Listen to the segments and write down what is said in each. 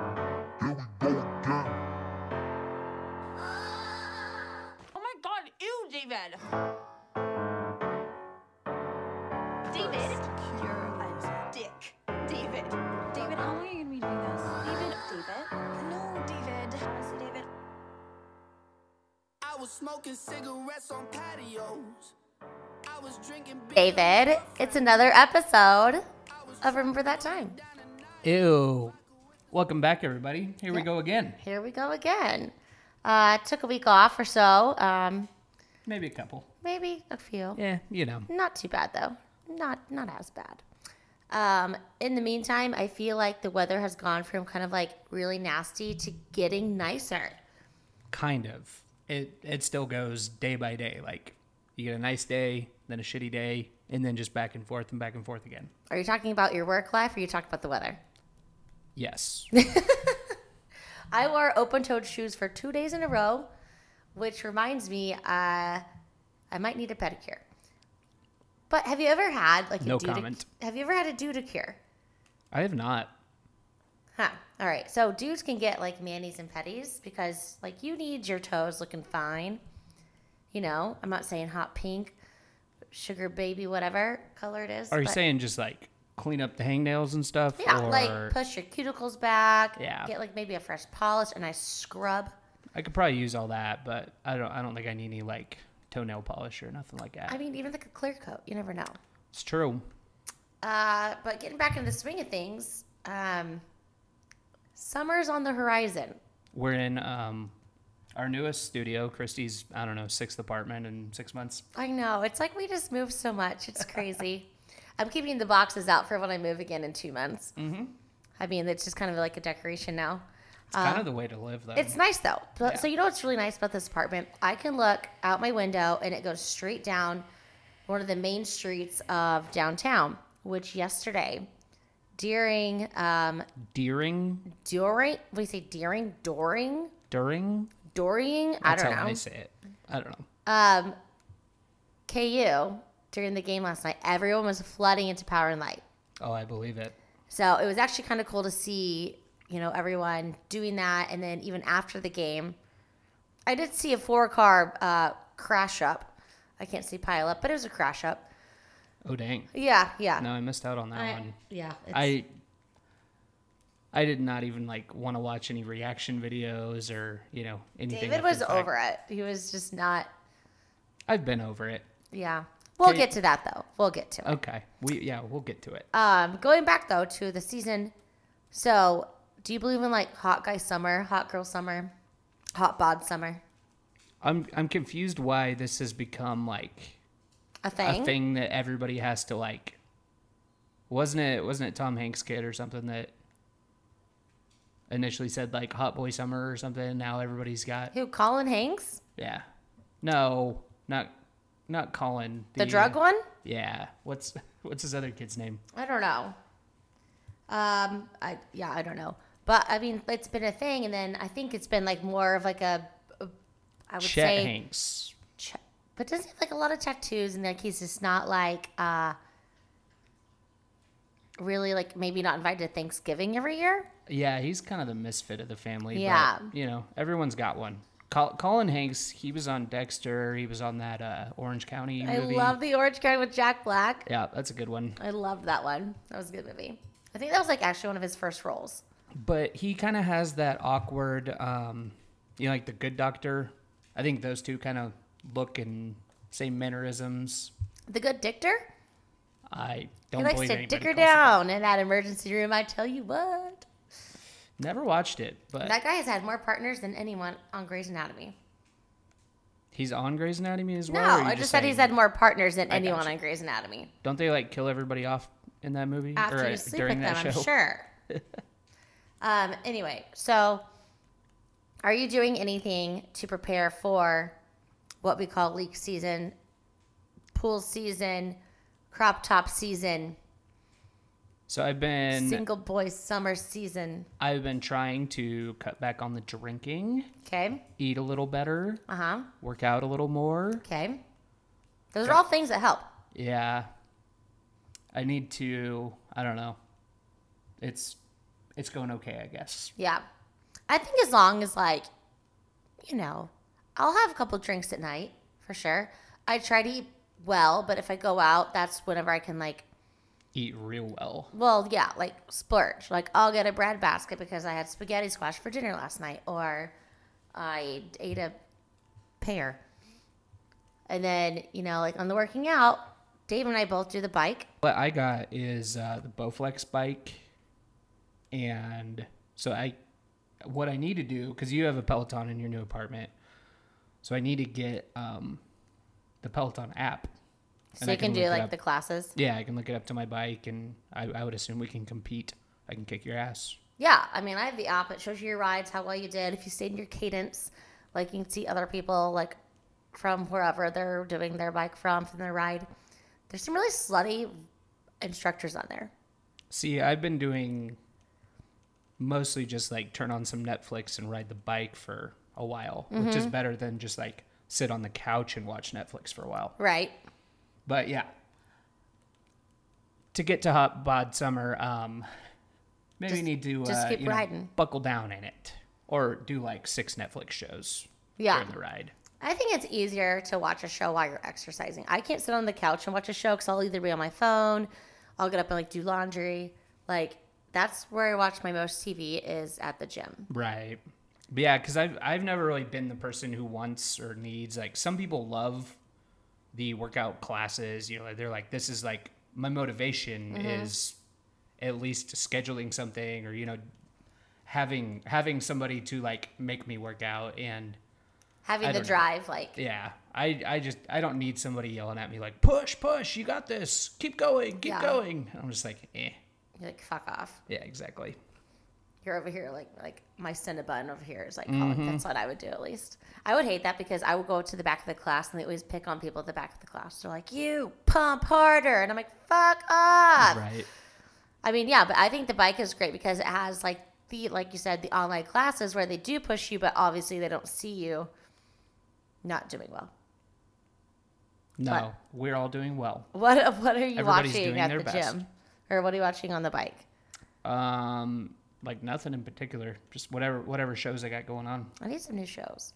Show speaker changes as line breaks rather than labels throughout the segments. Oh David. David, you're a dick. David. David, how long are you gonna be doing this? David. David. No, David. Honestly, David.
I was smoking cigarettes on patios. I was drinking beer.
David, it's another episode of Remember That Time.
Ew. Welcome back, everybody. Here we go again.
Here we go again. Uh, took a week off or so. Um,
Maybe a couple.
maybe a few.
Yeah, you know.
Not too bad though. Not not as bad. Um, in the meantime, I feel like the weather has gone from kind of like really nasty to getting nicer.
Kind of. It it still goes day by day. Like you get a nice day, then a shitty day, and then just back and forth and back and forth again.
Are you talking about your work life or are you talking about the weather?
Yes.
I wore open-toed shoes for 2 days in a row, which reminds me uh, I might need a pedicure. But have you ever had like a
No
dude-
comment.
Have you ever had a dudicure?
I have not.
Huh. All right. So dudes can get like manis and petties because like you need your toes looking fine. You know, I'm not saying hot pink, sugar baby, whatever color it is.
Are you
but-
saying just like clean up the hangnails and stuff?
Yeah,
or
like push your cuticles back.
Yeah.
Get like maybe a fresh polish, a nice scrub.
I could probably use all that, but I don't I don't think I need any like toenail polish or nothing like that.
I mean, even like a clear coat. You never know.
it's true.
Uh, but getting back into the swing of things, um, summer's on the horizon.
We're in um our newest studio, Christie's, I don't know, sixth apartment in six months.
I know. It's like we just move so much. It's crazy. I'm keeping the boxes out for when I move again in two months. Mm-hmm. I mean, it's just kind of like a decoration now.
It's kind of the way to live though.
Uh, It's nice though. So- So
Um, Yeah.
you know what's really nice about this apartment? I can look out my window and it goes straight down one of the main streets of downtown. Which yesterday, during um,
Deering
during we say during during
during
during I
That's
don't
how
know
I say it. I don't know.
um, KU during the game last night. Everyone was flooding into Power and Light.
Oh, I believe it.
So it was actually kind of cool to see, you know, everyone doing that. And then even after the game, I did see a four car uh, crash up. I can't see pile up, but it was a crash up.
Oh dang.
Yeah, yeah.
No, I missed out on that
I-
one.
yeah. It's,
I I did not even like want to watch any reaction videos or, you know, anything.
David
after
was
the fact.
over it. He was just not,
I've been over it.
yeah. We'll
Can you-
get to that though. We'll get to it.
Okay. We yeah, we'll get to it.
Um, going back though to the season. So, do you believe in like hot guy summer, hot girl summer, hot bod summer?
I'm I'm confused why this has become like
A thing?
a thing that everybody has to like. Wasn't it wasn't it Tom Hanks kid or something that initially said like hot boy summer or something? Now everybody's got
Who? Colin Hanks,
yeah. No, not not Colin.
the drug one?
Yeah. What's what's his other kid's name?
I don't know. Um, I yeah, I don't know. But I mean, it's been a thing, and then I think it's been like more of like a, a- I would
Chet
say,
Hanks.
Ch- but doesn't he have like a lot of tattoos, and like he's just not like uh, really like maybe not invited to Thanksgiving every year.
Yeah, he's kind of the misfit of the family.
Yeah.
But, you know, everyone's got one. Col- Colin Hanks, he was on Dexter. He was on that uh, Orange County
I
movie.
love the orange card with Jack Black.
Yeah, that's a good one.
I loved that one. That was a good movie. I think that was like actually one of his first roles.
But he kind of has that awkward, um, you know, like the good doctor. I think those two kind of look and same mannerisms.
The Good Dictor.
I
He
don't
likes
believe
to
anybody
dick her
calls it that.
down in that emergency room. I tell you what.
Never watched it, but
That guy has had more partners than anyone on Grey's Anatomy.
he's on Grey's Anatomy as
No,
well. or are you
I just said he's
saying-
had more partners than
I
anyone
gotcha.
on Grey's Anatomy.
Don't they like kill everybody off in that movie
After
or
you
uh,
sleep
during
with them,
that show?
I'm sure. um, anyway, so are you doing anything to prepare for what we call leak season, pool season, crop top season,
So I've been
single boy summer season?
I've been trying to cut back on the drinking,
Okay.
eat a little better,
Uh huh.
work out a little more.
Okay. Those are all things that help.
Yeah. I need to I don't know. It's it's going okay, I guess.
Yeah. I think as long as like, you know, I'll have a couple drinks at night for sure. I try to eat well, but if I go out, that's whenever I can like
Eat real well.
well, yeah, like splurge. Like I'll get a bread basket because I had spaghetti squash for dinner last night, or I ate a pear. And then you know, like on the working out, Dave and I both do the bike.
What I got is uh, the Bowflex bike, and so I, what I need to do because you have a Peloton in your new apartment, so I need to get um, the Peloton app.
So
And I
you can,
can
do
look it
like
up.
the classes.
Yeah, I can look it up to my bike, and I, I would assume we can compete. I can kick your ass.
Yeah, I mean, I have the app. It shows you your rides, how well you did. If you stayed in your cadence, like you can see other people like from wherever they're doing their bike from from their ride. There's some really slutty instructors on there.
See, I've been doing mostly just like turn on some Netflix and ride the bike for a while, which
Mm-hmm.
is better than just like sit on the couch and watch Netflix for a while.
Right.
But yeah. To get to Hot Bod Summer, um, maybe
Just-
need to
just
uh,
keep
you know,
riding.
buckle down in it or do like six Netflix shows
Yeah.
during the ride.
I think it's easier to watch a show while you're exercising. I can't sit on the couch and watch a show because I'll either be on my phone, I'll get up and like do laundry. Like that's where I watch my most TV is at the gym.
Right. But yeah, because I've I've never really been the person who wants or needs like some people love the workout classes. You know, they're like this is like my motivation
Mm-hmm.
is at least scheduling something or you know having having somebody to like make me work out and
Having
I
the
don't know.
drive, like
yeah I I just I don't need somebody yelling at me like push push you got this keep going keep
Yeah.
going I'm just like eh
you're like fuck off.
yeah exactly
You're over here like like my Cinnabon over here is like
Mm-hmm.
calling. that's what I would do at least. I would hate that because I would go to the back of the class and they always pick on people at the back of the class. They're like, "You pump harder," and I'm like, "Fuck off."
right
I mean, yeah, but I think the bike is great because it has like the like you said the online classes where they do push you, but obviously they don't see you not doing well.
no
But-
we're all doing well
What what are you
Everybody's
watching
doing
at
their
the
best.
gym, or what are you watching on the bike?
Um, like nothing in particular. Just whatever whatever shows I got going on.
I need some new shows.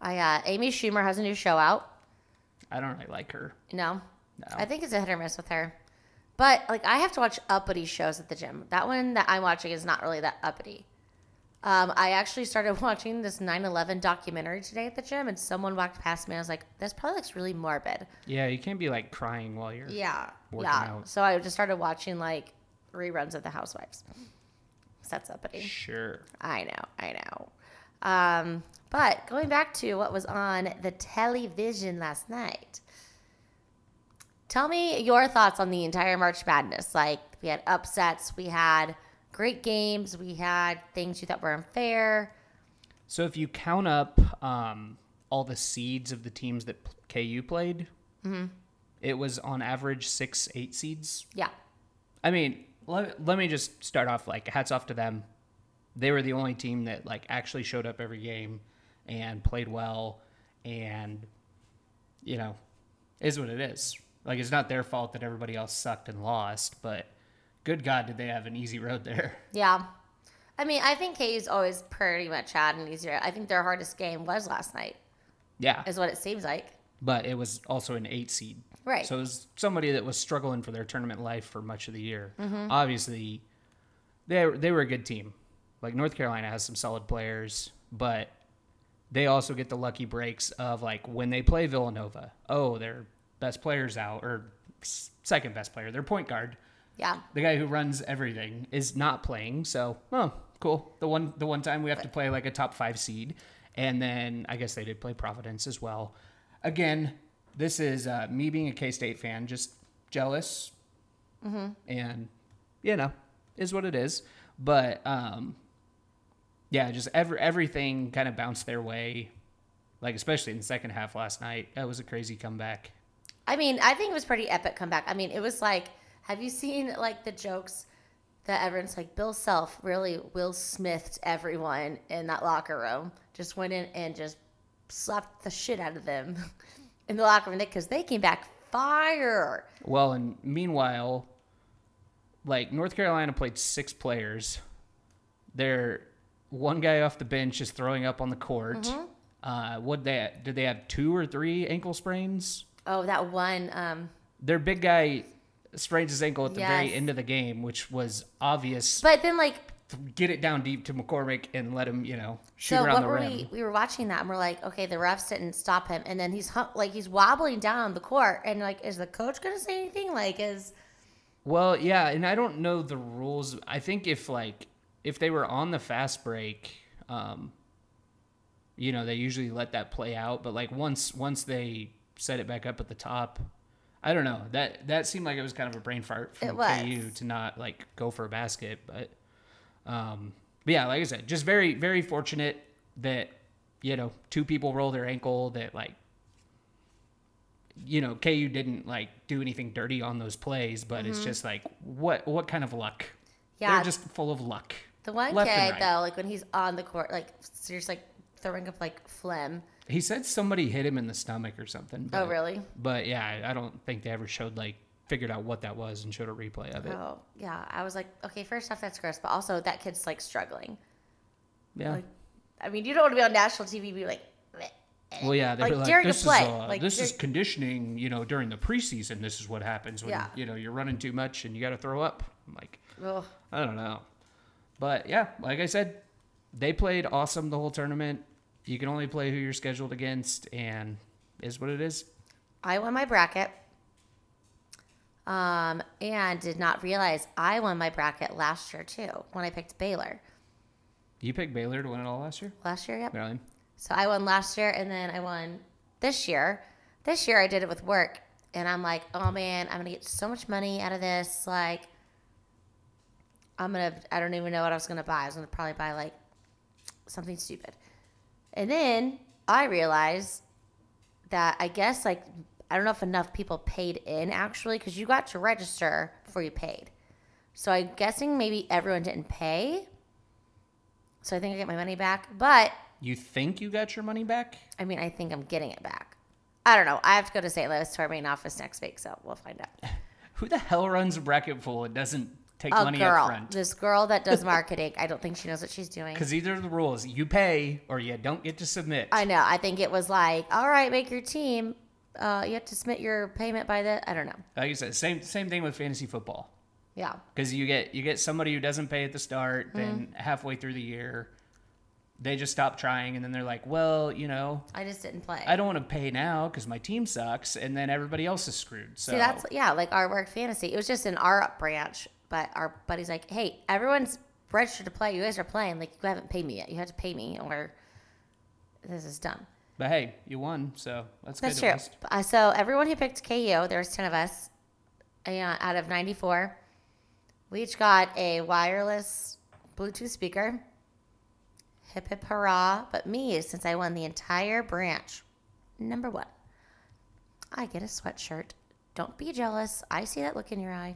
I uh, Amy Schumer has a new show out.
I don't really like her.
No,
No.
I think it's a hit or miss with her. But like I have to watch uppity shows at the gym. That one that I'm watching is not really that uppity. Um, I actually started watching this 9/11 documentary today at the gym, and someone walked past me. and I was like, "This probably looks really morbid."
yeah, you can't be like crying while you're.
Yeah,
Working
yeah.
out.
So I just started watching like reruns of The Housewives. So That's uppity.
Sure.
I know, I know. Um, but going back to what was on the television last night, tell me your thoughts on the entire March Madness. Like, we had upsets, we had great games, we had things you thought were unfair.
So if you count up um, all the seeds of the teams that p- KU played, it was on average six, eight seeds.
Yeah,
I mean, let, let me just start off like hats off to them. They were the only team that like actually showed up every game and played well and you know, is what it is. Like it's not their fault that everybody else sucked and lost, but good god did they have an easy road there.
yeah. I mean, I think KU's always pretty much had an easier. I think their hardest game was last night,
Yeah.
is what it seems like.
But it was also an 8 seed.
Right.
So it was somebody that was struggling for their tournament life for much of the year. Obviously, they they were a good team. Like North Carolina has some solid players, but they also get the lucky breaks of like when they play Villanova. Oh, their best player's out or s- second best player, their point guard,
Yeah.
the guy who runs everything is not playing. So, oh, cool. The one the one time we have to play like a top 5 seed and then I guess they did play Providence as well. Again, this is uh, me being a K-State fan, just jealous and you know is what it is but um yeah just every everything kind of bounced their way like especially in the second half last night that was a crazy comeback
I mean, I think it was pretty epic comeback. I mean, it was like, have you seen like the jokes that everyone's like, Bill Self really Will Smithed everyone in that locker room, just went in and just slapped the shit out of them in the locker room because they came back fire.
well and meanwhile like north carolina played six
Mm-hmm.
players their one guy off the bench is throwing up on the court Uh, what they did they have two or three ankle sprains?
Oh, that one. Um,
Their big guy sprains his ankle at the very
Yes.
end of the game, which was obvious.
but then like
Get it down deep to McCormick and let him, you know, shoot
so
around
what
the
were
rim.
we? We were watching that and we're like, okay, the refs didn't stop him, and then he's hum- like he's wobbling down the court, and like, is the coach gonna say anything? Like, is
Well, yeah, and I don't know the rules. I think if like if they were on the fast break, um, you know, they usually let that play out. But like once once they set it back up at the top, I don't know. That that seemed like it was kind of a brain fart
It
from
was.
KU to not like go for a basket. But um, but yeah, like I said, just very very fortunate that you know two people roll their ankle that like you know KU didn't like do anything dirty on those plays, but it's just like what what kind of luck?
Mm-hmm. Yeah.
they're just full of luck.
the one
Left and
kid
right.
though? Like when he's on the court, like seriously, like throwing up like phlegm.
He said somebody hit him in the stomach or something.
Oh,
but-
really?
But yeah, I- I don't think they ever showed like figured out what that was and showed a replay of it.
Oh, yeah. I was like, okay, first off, that's gross, but also that kid's like struggling.
yeah.
I mean, you don't want to be on national TV and be like, "Bleh."
well, yeah, they
like,
were like,
during a
this is
play,
uh,
like,
this is
during-
conditioning. You know, during the preseason, this is what happens when
Yeah.
you know you're running too much and you got to throw up. I'm like,
Ugh.
I don't know. But yeah, like I said, they played awesome the whole tournament. You can only play who you're scheduled against, and is what it is.
I won my bracket. Um, and did not realize I won my bracket last year too when I picked Baylor.
You picked Baylor to win it all last year,
Last year, yep.
Maryland.
So I won last year and then I won this year. This year I did it with work and I'm like, oh man, I'm gonna get so much money out of this. Like, I'm gonna, I don't even know what I was gonna buy. I was gonna probably buy like something stupid. And then I realized that I guess like, I don't know if enough people paid in actually because you got to register before you paid. So I'm guessing maybe everyone didn't pay. So I think I get my money back. But
You think you got your money back?
I mean, I think I'm getting it back. I don't know. I have to go to St. Louis to our main office next week, so we'll find out.
Who the hell runs a bracket full and doesn't take
Oh,
money up
girl,
front?
this girl that does marketing, I don't think she knows what she's doing.
Because either of the rules, you pay or you don't get to submit.
I know. I think it was like, all right, make your team. Uh, you have to submit your payment by the. I don't know.
like you said, same same thing with fantasy football.
Yeah,
Because you get you get somebody who doesn't pay at the start,
Mm-hmm.
then halfway through the year, they just stop trying, and then they're like, well, you know,
I just didn't play.
I don't want to pay now because my team sucks, and then everybody else is screwed. So
See, that's yeah, like our work fantasy. It was just in our branch, but our buddy's like, hey, everyone's registered to play. You guys are playing. Like you haven't paid me yet. You have to pay me, or this is dumb.
but hey, you won, so that's,
That's
good.
true.
At least.
Uh, so everyone who picked KU, there was ten of us, and out of ninety-four, we each got a wireless Bluetooth speaker. Hip hip hurrah! But me, since I won the entire branch, number one, I get a sweatshirt. Don't be jealous. I see that look in your eye.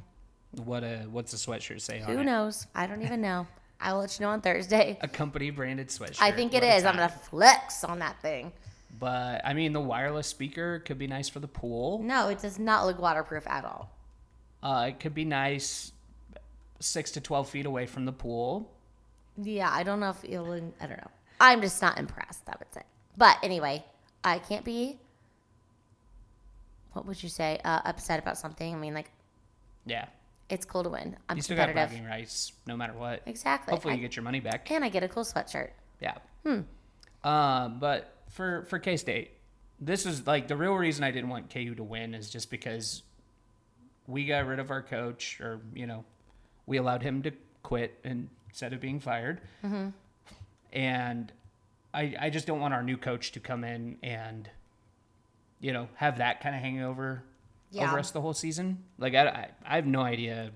What a what's a sweatshirt say on
Who
it?
knows? I don't even know. I will let you know on Thursday.
A company branded sweatshirt.
I think it
What a
is. I'm
time.
gonna flex on that thing.
But I mean, the wireless speaker could be nice for the pool.
No, it does not look waterproof at all.
Uh, it could be nice six to twelve feet away from the pool.
Yeah, I don't know if it'll. I don't know. I'm just not impressed. That was it. But anyway, I can't be. What would you say? Uh, upset about something? I mean, like
Yeah,
it's cool to win. I'm
you still got
competitive.
bragging rights, no matter what.
Exactly.
Hopefully,
I-
you get your money back.
and I get a cool sweatshirt.
Yeah. Um, but for for K State, this is like the real reason I didn't want KU to win is just because we got rid of our coach, or you know, we allowed him to quit instead of being fired. And I I just don't want our new coach to come in and you know have that kind of hangover
Yeah.
over us the whole season. Like I, I I have no idea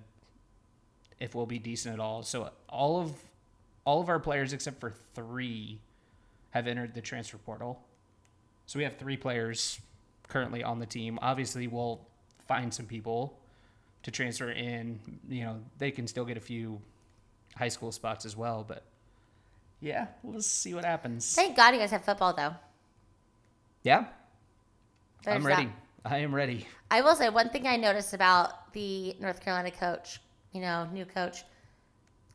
if we'll be decent at all. So all of all of our players except for three have entered the transfer portal. So we have three players currently on the team. Obviously, we'll find some people to transfer in. You know, they can still get a few high school spots as well. But yeah, let's see what happens.
Thank God you guys have football though.
yeah,
There's
I'm
that.
ready. I am ready.
I will say one thing I noticed about the North Carolina coach, you know, new coach.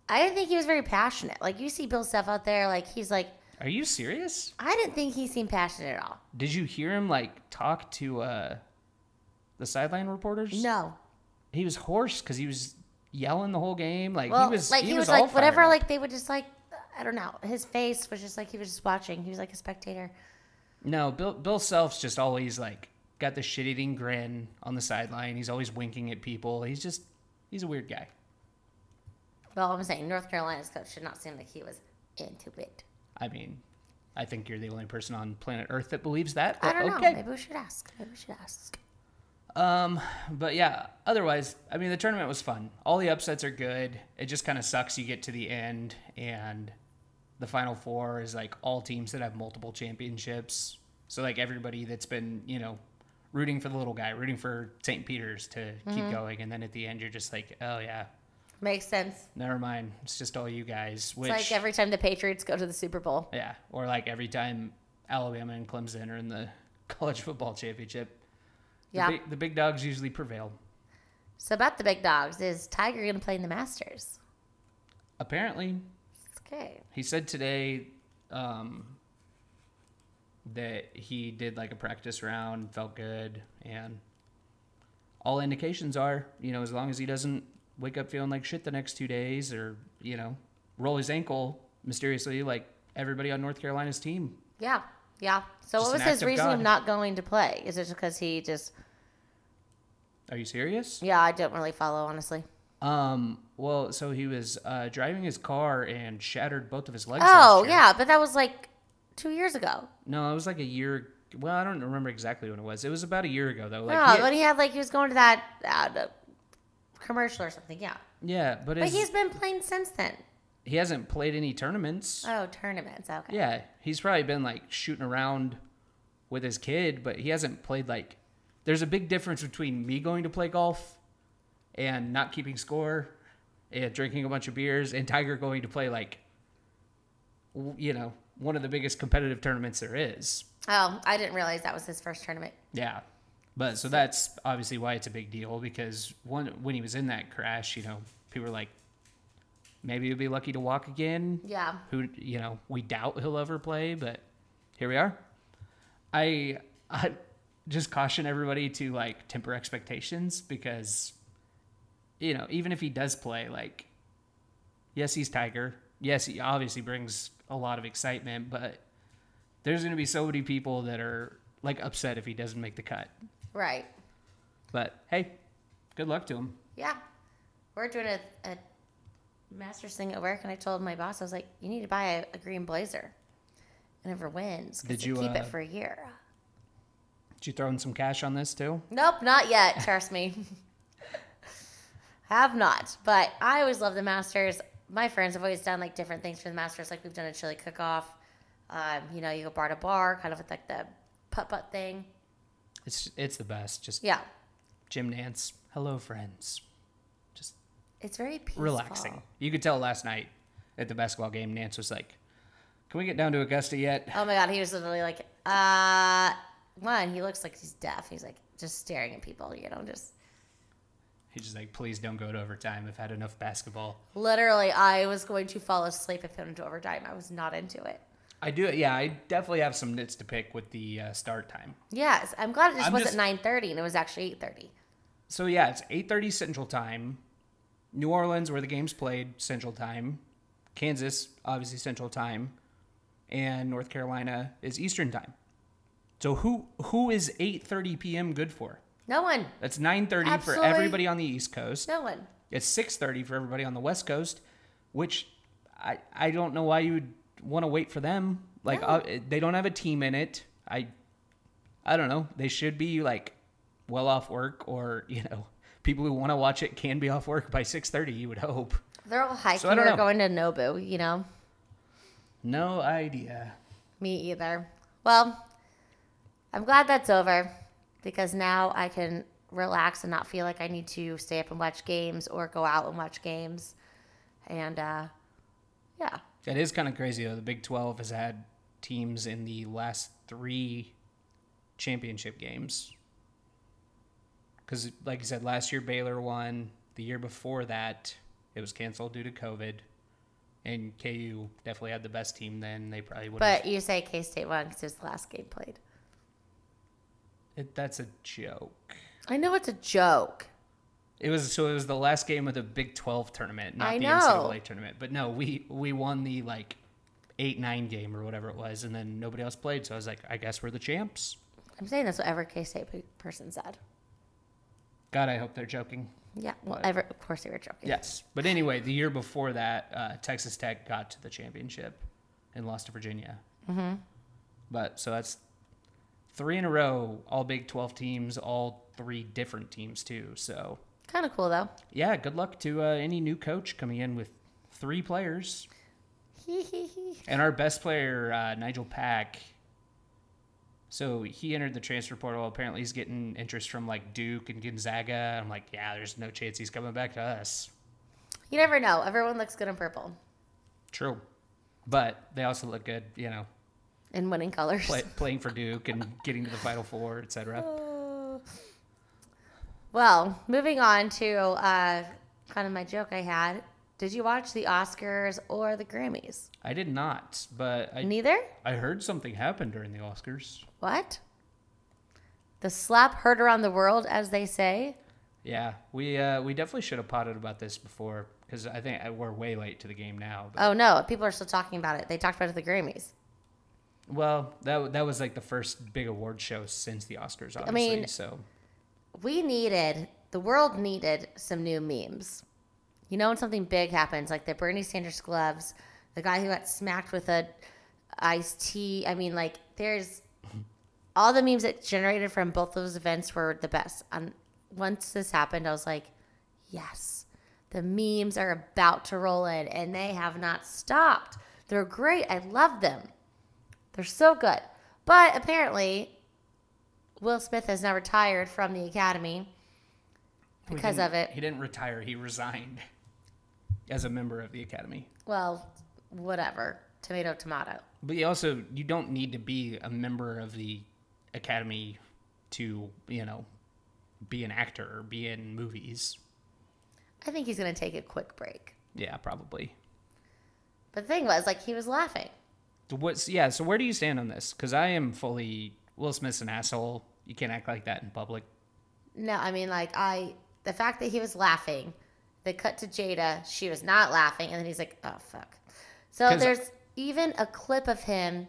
I didn't think he was very passionate. Like you see Bill Self out there, like he's like,
Are you serious?
I didn't think he seemed passionate at all.
Did you hear him like talk to uh the sideline reporters?
No.
He was hoarse because he was yelling the whole game. Like
Well,
he was,
like
he, was, all
like whatever.
fired up.
Like they would just like I don't know. His face was just like he was just watching. He was like a spectator.
No, Bill Bill Self's just always like got the shit eating grin on the sideline. He's always winking at people. He's just he's a weird guy.
Well, I'm saying North Carolina's coach should not seem like he was into it.
I mean, I think you're the only person on planet Earth that believes that.
I
but
don't
okay.
know. Maybe we should ask. Maybe we should ask.
Um, but yeah, otherwise, I mean, the tournament was fun. All the upsets are good. It just kind of sucks you get to the end and the final four is like all teams that have multiple championships. So like everybody that's been, you know, rooting for the little guy, rooting for St. Peter's to
Mm-hmm.
keep going and then at the end you're just like, "Oh yeah,
Makes sense.
never mind. It's just all you guys." Which
It's like every time the Patriots go to the Super Bowl.
yeah, or like every time Alabama and Clemson are in the college football championship, the
Yeah.
big, the big dogs usually prevail.
So about the big dogs, is Tiger gonna play in the Masters?
Apparently,
Okay.
He said today um, that he did like a practice round, felt good, and all indications are, you know, as long as he doesn't wake up feeling like shit the next two days or, you know, roll his ankle mysteriously like everybody on North Carolina's team.
Yeah. Yeah. So
Just
what was
an
his
act of
reason of
God.
not going to play? Is it because he just
Are you serious?
yeah, I don't really follow honestly.
Um, well, so he was uh, driving his car and shattered both of his legs. last
Oh
year.
yeah, but that was like two years ago.
No, it was like a year. Well, I don't remember exactly when it was. It was about a year ago though. Like,
no,
he-
when he had like he was going to that uh, the commercial or something. Yeah,
yeah, but,
but
his-
he's been playing since then.
he hasn't played any tournaments.
Oh, tournaments. Okay.
yeah, he's probably been like shooting around with his kid, but he hasn't played like. There's a big difference between me going to play golf and not keeping score and drinking a bunch of beers and Tiger going to play like, w- you know, one of the biggest competitive tournaments there is.
Oh, I didn't realize that was his first tournament.
Yeah. But so that's obviously why it's a big deal because one when he was in that crash, you know, people were like, maybe he'll be lucky to walk again.
Yeah.
Who you know we doubt he'll ever play, but here we are. I I just caution everybody to like temper expectations because you know even if he does play, like yes he's Tiger, yes he obviously brings a lot of excitement, but there's going to be so many people that are like upset if he doesn't make the cut.
Right.
But hey, good luck to him.
Yeah. We're doing a, a master's thing at work, and I told my boss, I was like, you need to buy a, a green blazer. And if it wins, 'cause
Did
they
you,
keep
uh,
it for a year?
Did you throw in some cash on this too?
Nope, not yet. Trust me. have not. But I always love the Masters. My friends have always done like different things for the Masters. Like we've done a chili cook off. Um, you know, you go bar to bar, kind of with like the putt putt thing.
It's it's the best. Just
Yeah.
Jim Nance. Hello, friends. Just
It's very peaceful.
relaxing. You could tell last night at the basketball game, Nance was like, "Can we get down to Augusta yet?"
Oh my god, he was literally like, uh one, he looks like he's deaf. He's like just staring at people, you know, just
He's just like, "Please don't go to overtime. I've had enough basketball."
literally I was going to fall asleep if it went into overtime. I was not into it.
I do. Yeah, I definitely have some nits to pick with the uh, start time.
Yes. I'm glad it just
I'm
wasn't
just-
nine thirty and it was actually eight thirty.
So yeah, it's eight thirty Central Time. New Orleans, where the game's played, Central Time. Kansas, obviously Central Time, and North Carolina is Eastern Time. So who who is eight thirty p.m. good for?
No one.
That's nine thirty for
Absolutely.
everybody on the East Coast.
No one.
It's six thirty for everybody on the West Coast, which I I don't know why you would want to wait for them. Like
No.
uh, they don't have a team in it. I I don't know. They should be like well off work, or you know, people who want to watch it can be off work by six thirty. You would hope.
They're all hiking
So I don't
or
know.
going to Nobu, you know?
No idea.
Me either. Well, I'm glad that's over because now I can relax and not feel like I need to stay up and watch games or go out and watch games. And uh, yeah,
That is kind of crazy though. The Big Twelve has had teams in the last three championship games. Because, like you said, last year Baylor won. The year before that, it was canceled due to COVID. and KU definitely had the best team then. They probably would.
But you say K State won because it's the last game played.
It, that's a joke.
I know it's a joke.
It was so it was the last game of the Big Twelve tournament, not
I
the
know.
NCAA tournament. But no, we we won the like eight nine game or whatever it was, and then nobody else played. So I was like, I guess we're the champs.
I'm saying that's what every K State person said.
God, I hope they're joking.
Yeah, well, ever, of course they were joking.
Yes, but anyway, the year before that, uh, Texas Tech got to the championship and lost to Virginia. Mm-hmm. But so that's three in a row, all Big Twelve teams, all three different teams too. So
Kind of cool though.
yeah, good luck to uh, any new coach coming in with three players.
Hee hee hee.
And our best player, uh, Nigel Pack. So he entered the transfer portal. Apparently, he's getting interest from like Duke and Gonzaga. I'm like, yeah, there's no chance he's coming back to us.
You never know. Everyone looks good in purple
True, but they also look good, you know,
and winning colors.
play, playing for Duke and getting to the Final Four, etc.
Uh, well, moving on to uh, kind of my joke I had. Did you watch the Oscars or the Grammys?
I did not, but I
Neither.
I heard something happen during the Oscars.
What? The slap heard around the world, as they say.
Yeah, we uh, we definitely should have potted about this before because I think uh, we're way late to the game now. But,
Oh no, people are still talking about it. They talked about it at the Grammys.
Well, that that was like the first big award show since the Oscars, obviously.
mean-
so
we needed the world needed some new memes. You know when something big happens, like the Bernie Sanders gloves, the guy who got smacked with a iced tea. I mean, like there's all the memes that generated from both those events were the best. And once this happened, I was like, yes, the memes are about to roll in, and they have not stopped. They're great. I love them. They're so good. But apparently, Will Smith has now retired from the Academy
We
because
didn't-
of it.
he didn't retire; he resigned as a member of the Academy.
Well, whatever. Tomato, tomato.
But you also you don't need to be a member of the Academy to you know be an actor or be in movies.
I think he's going to take a quick break.
Yeah, probably.
But the thing was, like, he was laughing.
So What's yeah? So where do you stand on this? Because I am fully Will Smith's an asshole. You can't act like that in public.
No, I mean, like, I, the fact that he was laughing, they cut to Jada, she was not laughing, and then he's like, oh, fuck. So
'Cause-
there's even a clip of him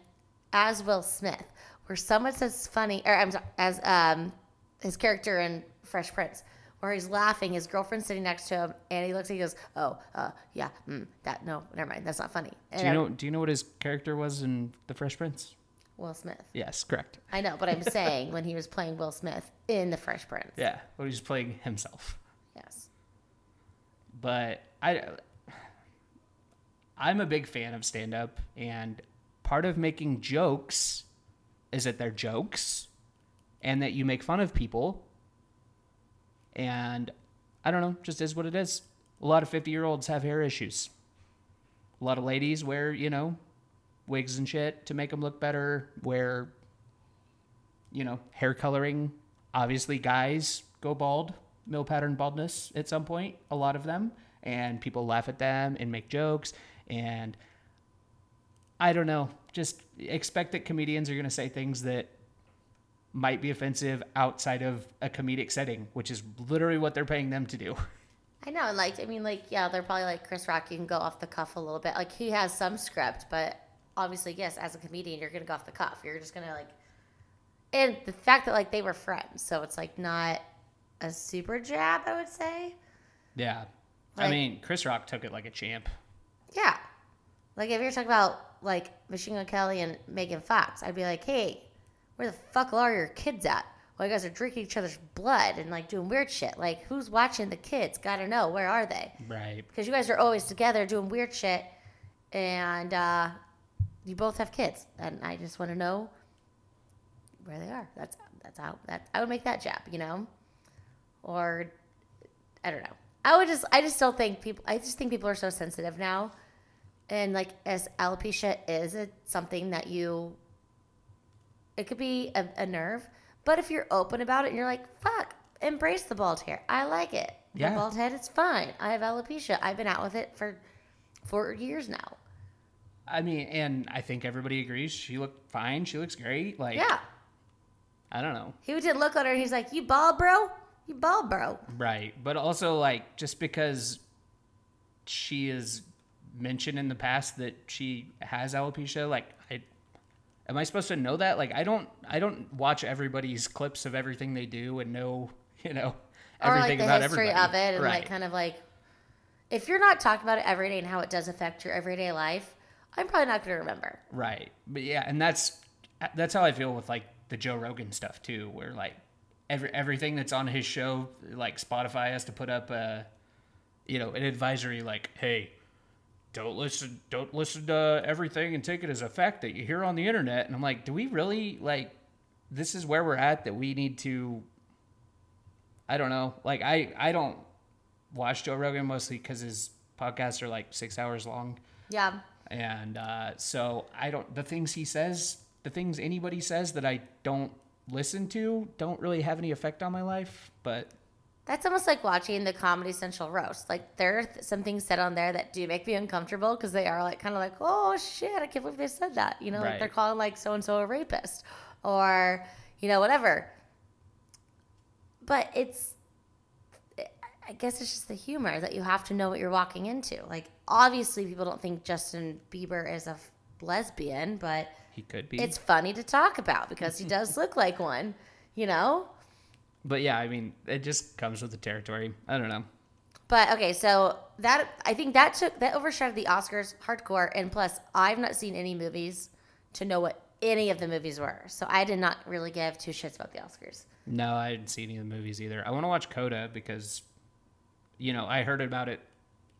as Will Smith where someone says funny, or I'm sorry, as um, his character in Fresh Prince, where he's laughing, his girlfriend's sitting next to him, and he looks and he goes, oh, uh, yeah, mm, that, no, never mind, that's not funny. And
Do you
I-
know Do you know what his character was in The Fresh Prince?
Will Smith.
Yes, correct.
I know, but I'm saying when he was playing Will Smith in The Fresh Prince.
Yeah, well, he's playing himself.
Yes.
but I I'm a big fan of stand up and part of making jokes is that they're jokes and that you make fun of people and I don't know, just is what it is. A lot of 50-year-olds have hair issues. A lot of ladies wear, you know, wigs and shit to make them look better, wear you know, hair coloring. Obviously, guys go bald, mill pattern baldness at some point, a lot of them, and people laugh at them and make jokes. And I don't know, just expect that comedians are going to say things that might be offensive outside of a comedic setting, which is literally what they're paying them to do.
I know, and like I mean, like yeah, they're probably like Chris Rock. You can go off the cuff a little bit. Like he has some script, but obviously, yes, as a comedian, you're gonna go off the cuff. You're just gonna like, and the fact that like they were friends, so it's like not a super jab, I would say.
Yeah. I
Like-
mean, Chris Rock took it like a champ.
Yeah, like if you're talking about like Machine Gun Kelly and Megan Fox, I'd be like, hey, where the fuck are your kids at? Well, you guys are drinking each other's blood and like doing weird shit. Like, who's watching the kids? Gotta know where are they?
Right.
because you guys are always together doing weird shit, and uh, you both have kids, and I just want to know where they are. That's that's how that I would make that jab, you know, or I don't know. I would just I just don't think people. I just think people are so sensitive now, and like as alopecia is it something that you. It could be a, a nerve, but if you're open about it and you're like, "Fuck, embrace the bald hair. I like it.
Yeah.
The bald head, it's fine. I have alopecia. I've been out with it for four years now.
I mean, and I think everybody agrees she looked fine. She looks great. Like,
Yeah.
I don't know.
He did look at her and he's like, You bald, bro? You bald, bro.
Right. But also, like, just because she is mentioned in the past that she has alopecia, like, I. Am I supposed to know that? Like I don't I don't watch everybody's clips of everything they do and know, you know,
Or like
everything
the
about
history
everybody.
of it and like kind of like if you're not talking about it every day and how it does affect your everyday life, I'm probably not gonna remember.
Right. But yeah, and that's that's how I feel with like the Joe Rogan stuff too, where like every everything that's on his show, like Spotify has to put up a you know, an advisory like, hey, don't listen don't listen to everything and take it as a fact that you hear on the internet. And I'm like, do we really like this is where we're at that we need to I don't know. Like I I don't watch Joe Rogan mostly cuz his podcasts are like 6 hours long.
Yeah.
And uh, so I don't, the things he says, the things anybody says that I don't listen to don't really have any effect on my life. But
That's almost like watching the Comedy Central roast. Like there are th- some things said on there that do make me uncomfortable because they are like kind of like, oh shit, I can't believe they said that. You know, like they're
Right.
calling like so and so a rapist or you know whatever. But it's, I guess it's just the humor that you have to know what you're walking into. Like obviously people don't think Justin Bieber is a f- lesbian, but
he could be.
it's funny to talk about because he does look like one. You know.
but yeah, I mean, it just comes with the territory. I don't know.
But okay, so that I think that took that overshadowed the Oscars hardcore, and plus I've not seen any movies to know what any of the movies were, so I did not really give two shits about the Oscars.
No, I didn't see any of the movies either. I want to watch Coda because, you know, I heard about it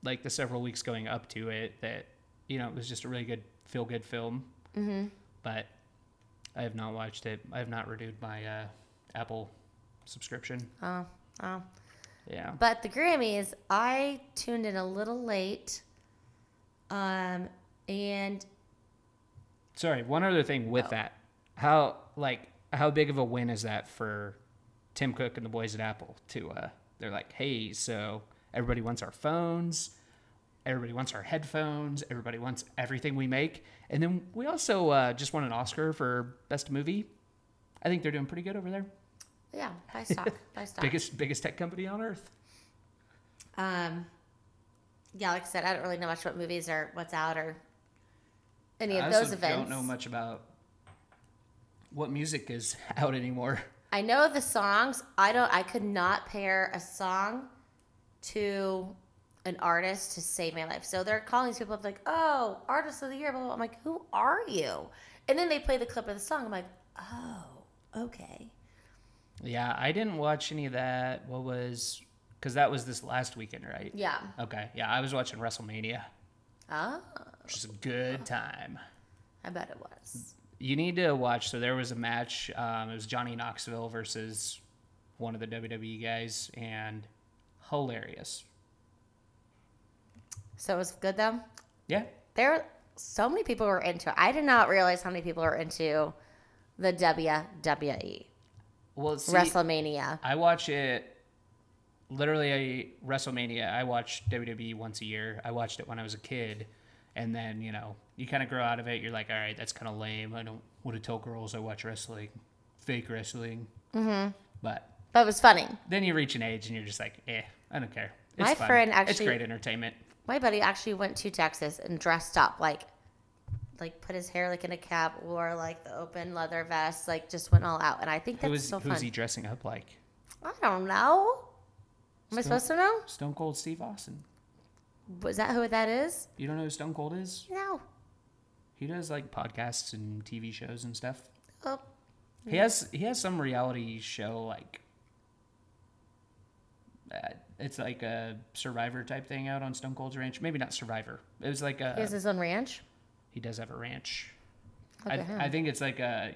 like the several weeks going up to it that, you know, it was just a really good feel good film. Mm-hmm. But I have not watched it. I have not renewed my uh, Apple subscription.
Oh, oh.
Yeah.
But the Grammys, I tuned in a little late, um, and
Sorry, one other thing with that. How like how big of a win is that for Tim Cook and the boys at Apple to uh they're like, "Hey, so everybody wants our phones, everybody wants our headphones, everybody wants everything we make." And then we also uh just won an Oscar for best movie. I think they're doing pretty good over there.
yeah, buy stock, buy stock.
Biggest biggest tech company on earth.
Um, yeah, like I said, I don't really know much about movies or what's out or any of
I
those
also
events.
don't know much about what music is out anymore.
I know the songs. I don't. I could not pair a song to an artist to save my life. So they're calling these people up like, "Oh, artist of the year." Blah, blah, blah. I'm like, "Who are you?" And then they play the clip of the song. I'm like, "Oh, okay."
Yeah, I didn't watch any of that. What was because that was this last weekend, right?
Yeah.
Okay. Yeah, I was watching WrestleMania,
Oh,
which is a good time.
I bet it was.
You need to watch. So there was a match. Um, it was Johnny Knoxville versus one of the WWE guys, and hilarious.
So it was good though.
Yeah.
There, so many people were into it. I did not realize how many people were into the WWE
Well, see,
WrestleMania.
I watch it literally I, WrestleMania. I watch WWE once a year. I watched it when I was a kid, and then you know you kind of grow out of it. You're like, all right, that's kind of lame. I don't want to tell girls I watch wrestling, fake wrestling. Mm-hmm. But
But it was funny.
then you reach an age and you're just like, eh, I don't care. It's
My
fun.
friend
it's
actually-
great entertainment.
My buddy actually went to Texas and dressed up like like put his hair like in a cap or like the open leather vest, like just went all out. And I think that's
Who is
so
who
fun.
is he dressing up like?
I don't know. Am I
Still-
supposed to know?
Stone Cold Steve Austin.
Was that who that is?
You don't know who Stone Cold is?
No.
He does like podcasts and TV shows and stuff.
Oh,
He has he has some reality show like uh, it's like a Survivor type thing out on Stone Cold's ranch. Maybe not Survivor. It was like a
he has his own ranch.
he does have a ranch.
Look
I,
at him.
I think it's like a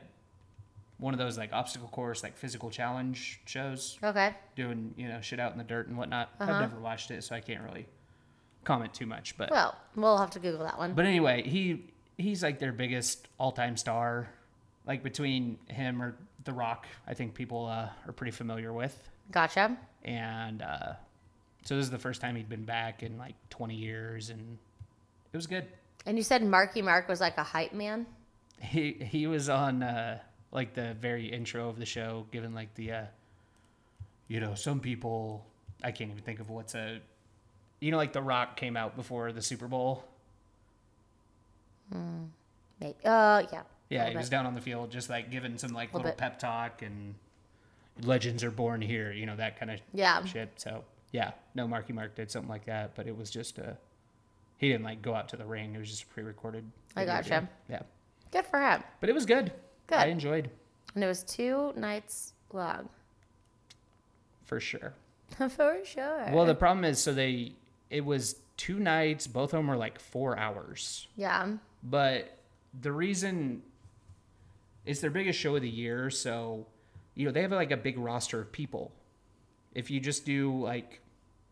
one of those like obstacle course like physical challenge shows
okay.
doing you know shit out in the dirt and whatnot.
Uh-huh.
I've never watched it, so I can't really comment too much. But
Well, we'll have to Google that one.
but anyway, he he's like their biggest all time star. Like between him or The Rock, I think people uh, are pretty familiar with.
Gotcha.
And uh, so this is the first time he'd been back in like 20 years, and It was good.
And you said Marky Mark was like a hype man.
He he was on uh, like the very intro of the show, given like the, uh, you know, some people I can't even think of what's a, you know, like The Rock came out before the Super Bowl.
Maybe. Uh, yeah.
Yeah,
Little
he was
bit.
down on the field, just like giving some like
Little
little
bit.
pep talk and legends are born here, you know that kind of
Yeah.
shit. So yeah, no, Marky Mark did something like that, but it was just a he didn't like go out to the ring. It was just a pre-recorded.
I
video
gotcha.
game. Yeah,
Good for him.
but it was good.
Good.
I enjoyed
And it was two nights long.
for sure.
For sure.
Well, the problem is, so they it was two nights. Both of them were like four hours.
yeah.
But the reason it's their biggest show of the year, so you know, they have like a big roster of people. If you just do like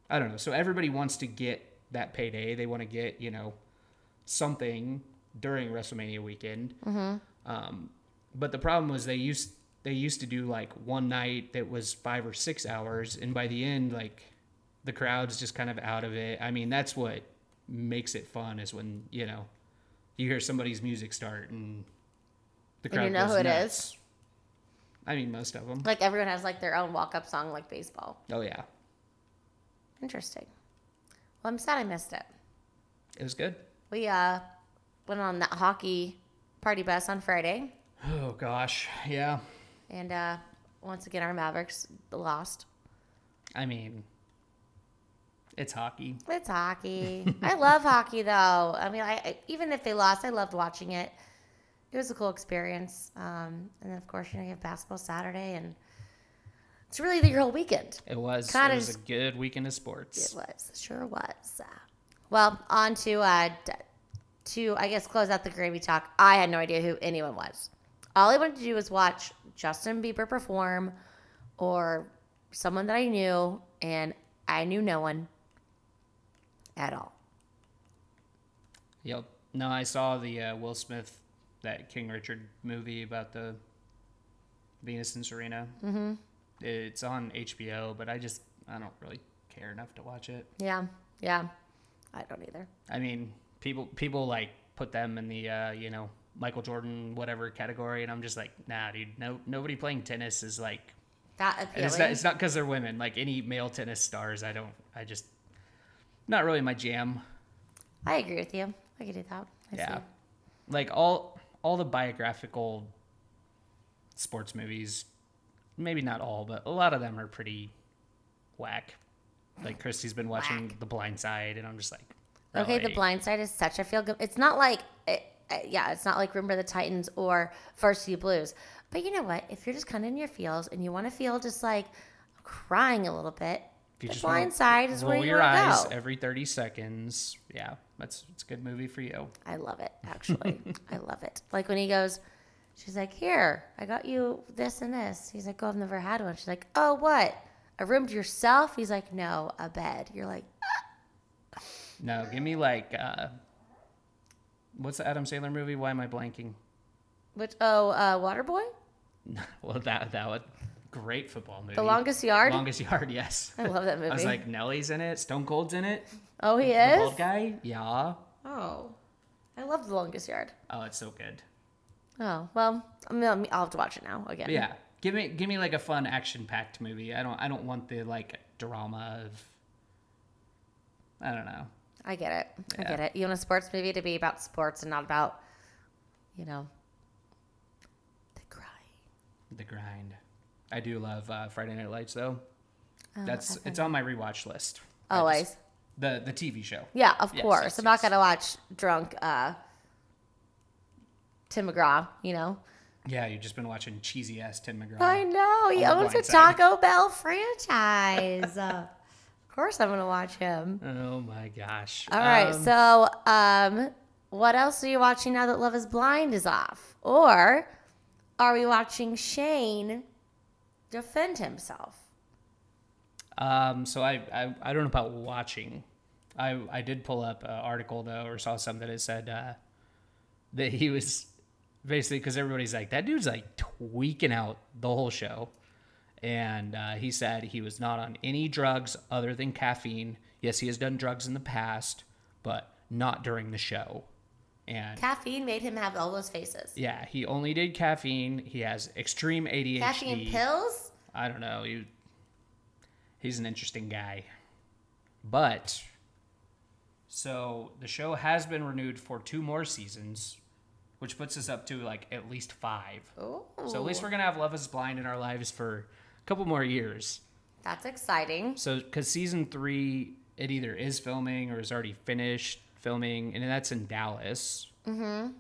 I don't know, so everybody wants to get that payday. They want to get, you know, something during WrestleMania weekend.
Mm-hmm.
Um, but the problem was they used they used to do like one night that was five or six hours, and by the end, like the crowd's just kind of out of it. I mean, that's what makes it fun is when you know you hear somebody's music start and the
And
crowd
you know
goes
who it
nuts.
is.
I mean, most of them.
Like everyone has like their own walk up song, like baseball.
Oh yeah,
Interesting. Well, I'm sad I missed it.
it was good.
We uh went on that hockey party bus on Friday,
Oh gosh, yeah.
and uh once again our Mavericks lost.
I mean, it's hockey.
It's hockey. I love hockey though. I mean, I, I even if they lost, I loved watching it. It was a cool experience. Um, and then of course, you know, you have basketball Saturday, and it's really your whole weekend.
It was.
Kinda
it was a
just-
good weekend of sports.
It was sure was. Uh, Well, on to uh, d- to I guess close out the Grammy talk. I had no idea who anyone was. All I wanted to do was watch Justin Bieber perform, or someone that I knew, and I knew no one at all.
Yep. No, I saw the uh, Will Smith that King Richard movie about the Venus and Serena. Mm-hmm. It's on HBO, but I just I don't really care enough to watch it.
Yeah, yeah. I don't either.
I mean, people people like put them in the uh, you know Michael Jordan whatever category, and I'm just like, nah, dude. No, nobody playing tennis is like.
That
And
appealing.
it's not it's not because they're women. Like any male tennis stars, I don't. I just not really my jam.
I agree with you. I could do that. I
yeah
See.
like all all the biographical sports movies maybe not all but a lot of them are pretty whack like christy's been watching the blind side and i'm just like
Okay, The
really?
Blind Side is such a feel good. It's not like, it, uh, yeah, it's not like Remember the Titans or Varsity Blues. But you know what? If you're just kind of in your feels and you want to feel just like crying a little bit,
If you
The
just wanna
Blind Side is where
roll
you
your
wanna
eyes
go.
every 30 seconds yeah that's it's a good movie for you
I love it. Actually, I love it. Like when he goes, she's like, "Here, I got you this and this." He's like, "Oh, I've never had one." She's like, "Oh, what? A room to yourself?" He's like, "No, a bed." You're like,
no give me like uh what's the adam sandler movie why am i blanking
"Which? Oh, uh, Waterboy?
well that that would great football movie
The longest yard."
longest yard yes
I love that movie.
i was like nelly's in it stone cold's in it
"Oh, he
The
is."
bald guy? Yeah.
Oh, I love The Longest Yard.
Oh, it's so good.
Oh well, I mean, I'll have to watch it now again.
But yeah. Give me give me like a fun action packed movie. I don't I don't want the like drama of I don't know.
I get it. I
Yeah.
get it. You want a sports movie to be about sports and not about, you know, the crying.
The grind. I do love uh, Friday Night Lights though.
Oh,
That's
okay.
it's on my rewatch list. I
always.
just- the the TV show.
Oh, Yeah, of
Yes,
course.
yes,
I'm not
yes.
gonna watch drunk uh, Tim McGraw. You know.
Yeah, you've just been watching cheesy ass Tim McGraw.
I know he
on The
owns a
Blind Side.
Taco Bell franchise. uh, of course, I'm gonna watch him.
Oh my gosh.
All right.
Um,
So, um, what else are you watching now that Love Is Blind is off, or are we watching Shane defend himself?
Um, so I, I I don't know about watching. I I did pull up an article though, or saw some that it said uh, that he was basically because everybody's like that dude's like tweaking out the whole show, and uh, he said he was not on any drugs other than caffeine. Yes, he has done drugs in the past, but not during the show. And
Caffeine made him have all those faces.
yeah, he only did caffeine. He has extreme ADHD.
Caffeine pills?
I don't know. He, he's an interesting guy. But so the show has been renewed for two more seasons, which puts us up to like at least five.
Ooh.
So at least we're gonna have Love Is Blind in our lives for a couple more years.
That's exciting.
So because season three, it either is filming or is already finished filming, and that's in Dallas. Mm-hmm.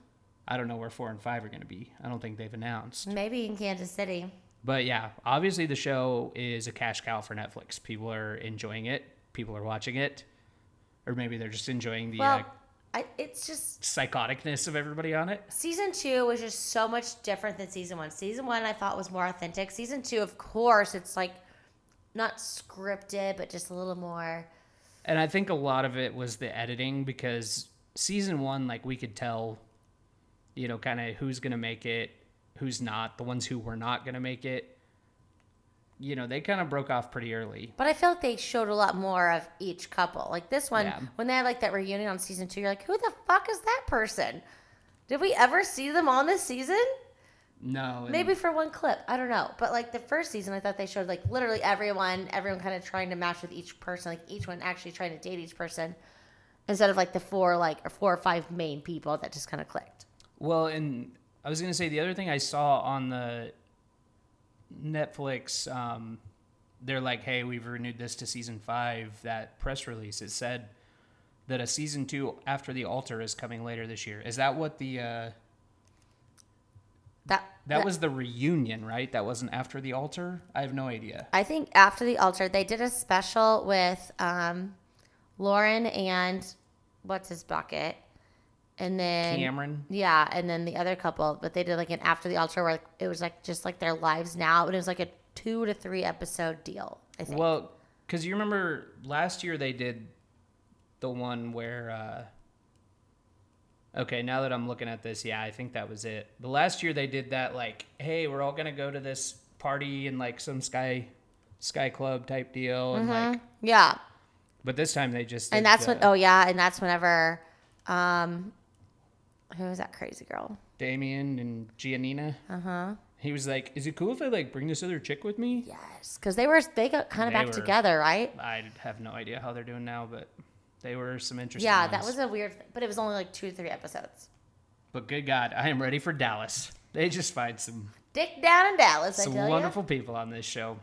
I don't know where four and five are gonna be. I don't think they've announced.
Maybe in Kansas City.
But yeah, obviously the show is a cash cow for Netflix. People are enjoying it. People are watching it, or maybe they're just enjoying the
Well,
uh,
I, it's just
psychoticness of everybody on it.
season two was just so much different than season one. Season one I thought was more authentic. Season two, of course, it's like not scripted, but just a little more.
And I think a lot of it was the editing because season one, like we could tell, you know, kind of who's gonna make it, who's not. The ones who were not gonna make it, you know, they kind of broke off pretty early.
But I feel like they showed a lot more of each couple. Like this one,
Yeah.
when they had like that reunion on season two, you're like, who the fuck is that person? Did we ever see them on this season?
No, and-
Maybe for one clip. I don't know. But like the first season, I thought they showed like literally everyone, everyone kind of trying to match with each person, like each one actually trying to date each person instead of like the four, like, or four or five main people that just kind of clicked.
Well, and I was going to say the other thing I saw on the Netflix, um, they're like, hey, we've renewed this to season five. That press release, it said that a season two after the altar is coming later this year. Is that what the. Uh,
That,
that was the reunion, right? That wasn't after the altar? I have no idea.
I think after the altar, they did a special with um, Lauren and what's his bucket, and then
Cameron?
Yeah, and then the other couple, but they did like an after the altar where like, it was like just like their lives now, and it was like a two to three episode deal. I think.
Well, because you remember last year they did the one where. Uh, okay, now that I'm looking at this, yeah, I think that was it. But last year they did that like, hey, we're all gonna go to this party in like some sky, sky club type deal, and like.
yeah,
But this time they just.
Mm-hmm. and
did uh,
that's
the
when. Oh yeah, and that's whenever. Um, who was that crazy girl?
Damien and Giannina. Uh huh.
Uh-huh.
He was like, "Is it cool if I like bring this other chick with me?"
Yes, because they were they got kind of
They
back
were-
together, right?
I have no idea how they're doing now, but they were some interesting.
Yeah, that
ones.
was a weird, but it was only like two to three episodes.
But good God, I am ready for Dallas. They just find some
Dick down in Dallas. I
some
tell
wonderful people on this show.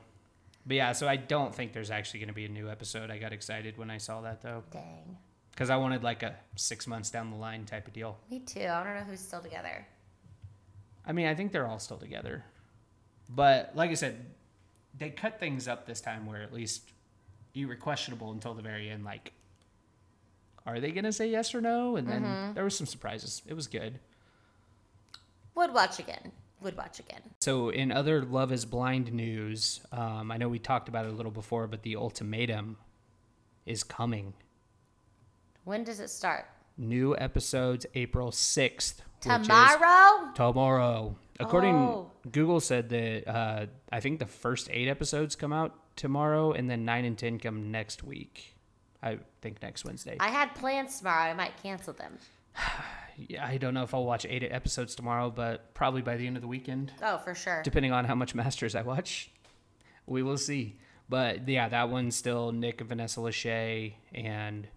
But yeah, so I don't think there's actually going to be a new episode. I got excited when I saw that though,
ya. Dang.
because I wanted like a six months down the line type of deal.
Me too. I don't know who's still together.
I mean, I think they're all still together, but like I said, they cut things up this time where at least you were questionable until the very end. Like, are they going to say yes or no? And then there was some surprises. It was good.
Would watch again. Would watch again.
So, in other Love is Blind news, um, I know we talked about it a little before, but the ultimatum is coming.
When does it start?
New episodes April 6th. which is
Tomorrow?
Tomorrow. According
Oh.
Google said that uh, I think the first eight episodes come out tomorrow, and then nine and 10 come next week. I think next Wednesday.
I had plans tomorrow. I might cancel them.
Yeah, I don't know if I'll watch eight episodes tomorrow, but probably by the end of the weekend.
Oh, for sure.
depending on how much Masters I watch. We will see. But yeah, that one's still Nick and Vanessa Lachey, and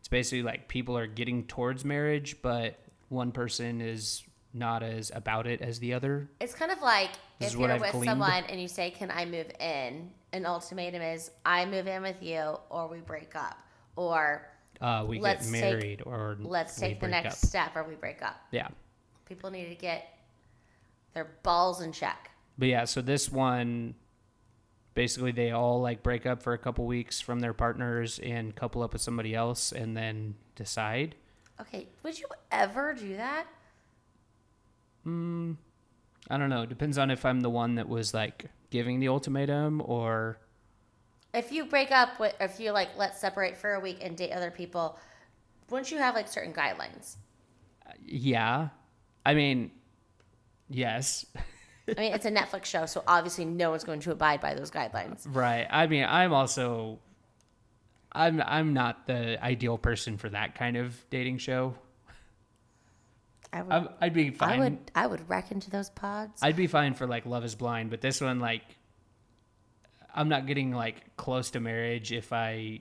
it's basically like people are getting towards marriage, but one person is not as about it as the other.
It's kind of like
This is
if
what
you're
I've
with
gleaned.
someone and you say, "Can I move in?" An ultimatum is, "I move in with you, or we break up, or
Uh, we
Let's
get
take-
married, or
let's
we
take the
break
next
Up.
step, or we break up."
Yeah,
People need to get their balls in check.
but yeah. So this one, basically, they all like break up for a couple weeks from their partners and couple up with somebody else, and then decide.
Okay, would you ever do that?
I don't know. It depends on if I'm the one that was like giving the ultimatum or
if you break up with if you like let's separate for a week and date other people wouldn't you have like certain guidelines
yeah. I mean, yes.
i mean it's a netflix show so obviously no one's going to abide by those guidelines
Right. I mean, I'm also I'm I'm not the ideal person for that kind of dating show.
I would,
I, I'd be
I
fine.
would, I would wreck into those pods.
I'd be fine for like Love Is Blind, but this one like I'm not getting like close to marriage if I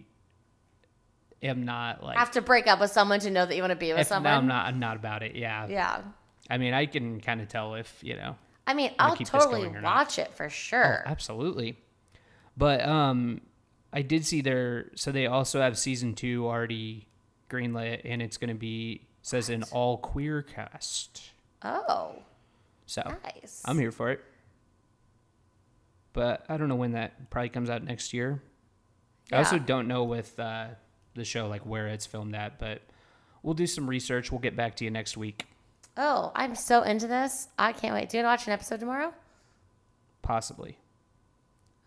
am not like
have to break up with someone to know that you want to be with
if, no,
someone.
I'm not I'm not about it. Yeah.
Yeah.
I mean, I can kind of tell if you know.
I mean,
gonna
I'll
keep this
totally
going or not.
watch it for sure.
Absolutely. But um I did see their so they also have season 2 already greenlit and it's going to be says an all queer cast.
oh,
So
nice.
I'm here for it. But I don't know when that probably comes out next year. I also
Yeah.
don't know with uh, the show like where it's filmed at, but we'll do some research. We'll get back to you next week,
oh, I'm so into this. I can't wait. Do you want to watch an episode tomorrow?
possibly.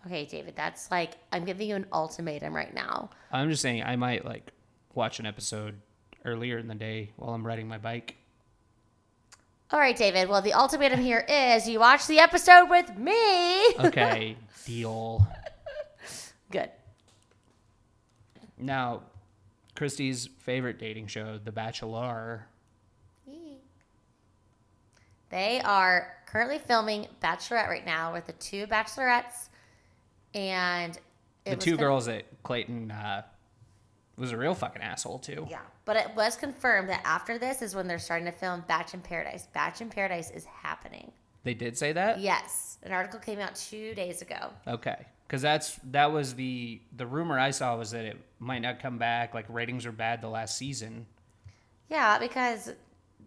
Okay, David, that's like, I'm giving you an ultimatum right now.
I'm just saying I might like watch an episode earlier in the day while I'm riding my bike.
All right, David. Well, the ultimatum here is you watch the episode with me.
Uh. Okay, deal.
Good.
Now, Christy's favorite dating show, The Bachelor.
They are currently filming Bachelorette right now with the two Bachelorettes and it
The
was
two
con-
girls that Clayton uh, was a real fucking asshole to.
Yeah, but it was confirmed that after this is when they're starting to film Batch in Paradise. Batch in Paradise is happening.
They did say that?
Yes, an article came out two days ago.
Okay, because that's that was the the rumor I saw was that it might not come back. Like ratings were bad the last season.
Yeah, because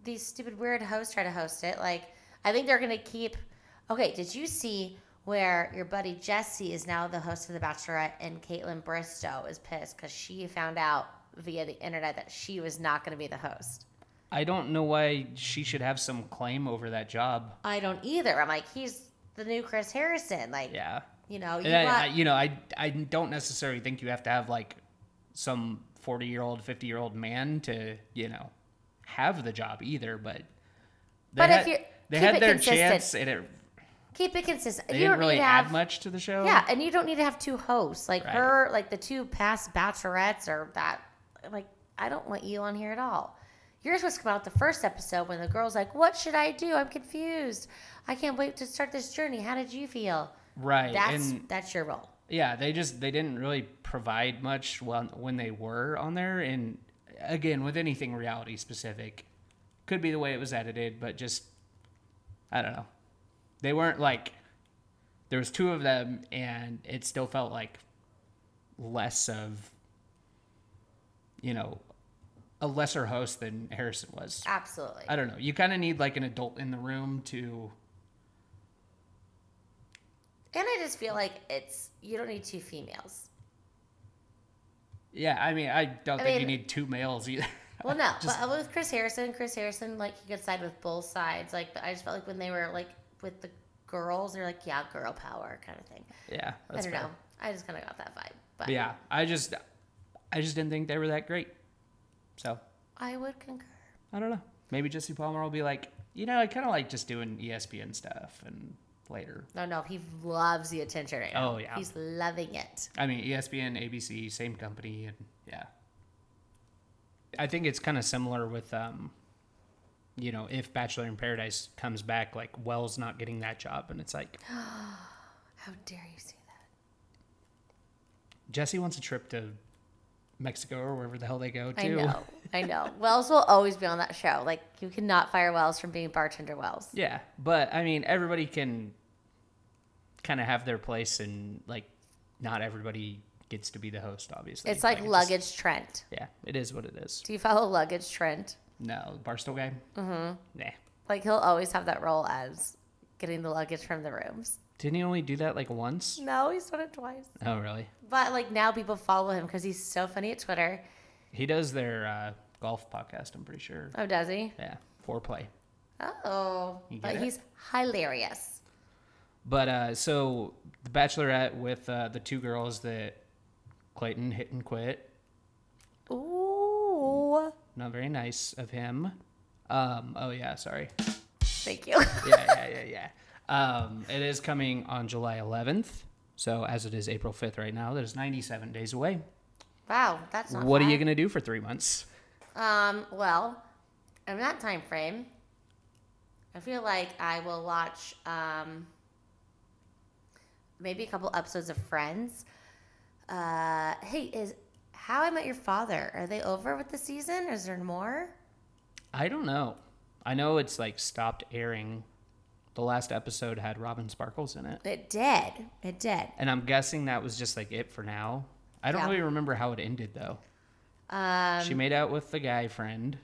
these stupid weird hosts try to host it. Like, I think they're gonna keep. Okay, did you see where your buddy Jesse is now the host of The Bachelorette, and Caitlin Bristow is pissed because she found out via the internet that she was not gonna be the host.
I don't know why she should have some claim over that job.
I don't either. I'm like, he's the new Chris Harrison. Like,
Yeah,
you know, you
and I, I,
got,
you know, I I don't necessarily think you have to have like some forty year old, fifty year old man to you know have the job either. But they
But if
had,
you
they
keep
had
it
their
consistent.
chance, and it,
keep it consistent.
they
you
didn't
don't
really
need to have
add much to the show.
Yeah, and you don't need to have two hosts. Like
Right.
her, like the two past bachelorettes or that. Like, I don't want you on here at all. Yours was come out the first episode when the girl's like, What should I do? I'm confused. I can't wait to start this journey. How did you feel?
right.
That's
and
that's your role.
yeah they just they didn't really provide much when when they were on there and again with anything reality specific could be the way it was edited but just i don't know they weren't like there was two of them and it still felt like less of you know a lesser host than harrison was
Absolutely.
i don't know you kind of need like an adult in the room to
And I just feel like it's you don't need two females.
yeah i mean i don't
I
think you
mean-
need two males either
Well, no,
Just-
but with Chris Harrison, Chris Harrison, like he could side with both sides. Like, but I just felt like when they were like with the girls, they're like, yeah, girl power kind of thing.
yeah that's
I don't
fair.
know. I just kind of got that vibe. But
But yeah, I just I just didn't think they were that great. So
I would concur.
I don't know. Maybe Jesse Palmer will be like, you know, I kind of like just doing E ESPN stuff and later.
No, no, he loves the attention right now.
Oh, yeah.
he's loving it.
I mean, E ESPN, ABC, same company, and yeah. I think it's kind of similar with, um, you know, if Bachelor in Paradise comes back, like Wells not getting that job, and it's like
How dare you say that?
Jesse wants a trip to Mexico or wherever the hell they go to.
I know, I know. Wells will always be on that show. Like you cannot fire Wells from being bartender Wells.
Yeah, but I mean, everybody can kind of have their place, and like, not everybody gets to be the host. Obviously,
It's like
it just-
luggage Trent.
yeah, it is what it is.
Do you follow luggage Trent?
No, the barstool guy. Mm-hmm. Nah,
Like he'll always have that role as getting the luggage from the rooms.
didn't he only do that like once?
No, he's done it twice.
Oh, really?
But like now people follow him because he's so funny at Twitter.
He does their uh, golf podcast. I'm pretty sure.
Oh, does he?
Yeah, foreplay.
Oh,
You
but
get it?
he's hilarious.
But uh, so the Bachelorette with uh, the two girls that Clayton hit and quit. Mm.
Ooh.
Not very nice of him. Um, oh yeah, sorry.
Thank you.
yeah, yeah, yeah, yeah. Um, it is coming on July 11th. So as it is April 5th right now, that is 97 days away.
Wow, that's not.
What are you
bad.
gonna do for three months?
Um, well, in that time frame, I feel like I will watch um, maybe a couple episodes of Friends. Uh, hey, is How I Met Your Father? Are they over with the season? Is there more?
I don't know. I know it's like stopped airing. The last episode had Robin Sparkles in it,
It did. It did.
and I'm guessing that was just like it for now. I don't
Yeah.
really remember how it ended though.
Um,
she made out with the guy friend.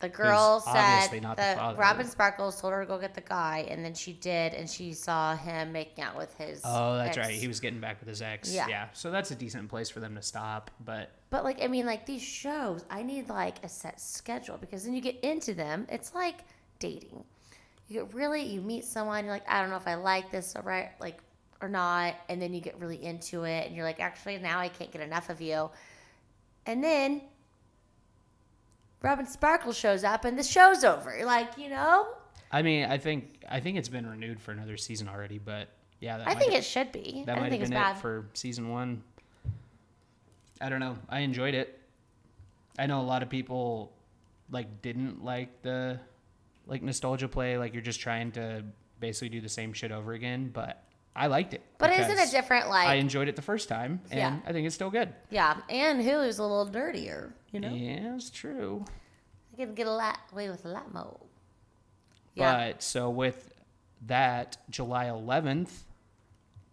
the girl
obviously
said
not the
the
father.
Robin Sparkles told her to go get the guy, and then she did, and she saw him making out with his.
Oh, that's
ex.
right. He was getting back with his ex.
Yeah.
yeah. So that's a decent place for them to stop. But
But like, I mean, like these shows, I need like a set schedule because then you get into them. It's like dating. You get really, you meet someone, you're like, I don't know if I like this or right, like or not, and then you get really into it, and you're like, actually, now I can't get enough of you. And then Robin Sparkle shows up, and the show's over. You're like, you know,
I mean, I think I think it's been renewed for another season already. But yeah, that
I
might
think
have-
it should be.
that
I
might
don't
have
think it's
been
bad.
it for season one. I don't know. I enjoyed it. I know a lot of people like didn't like the like nostalgia play. Like you're just trying to basically do the same shit over again. But I liked it.
but isn't it
because
different? Like,
I enjoyed it the first time, and
Yeah.
I think it's still good.
yeah, and Hulu's a little dirtier. You know,
Yeah, it's true.
I can get a lot away with a lot more. Yeah.
But so with that, July 11th,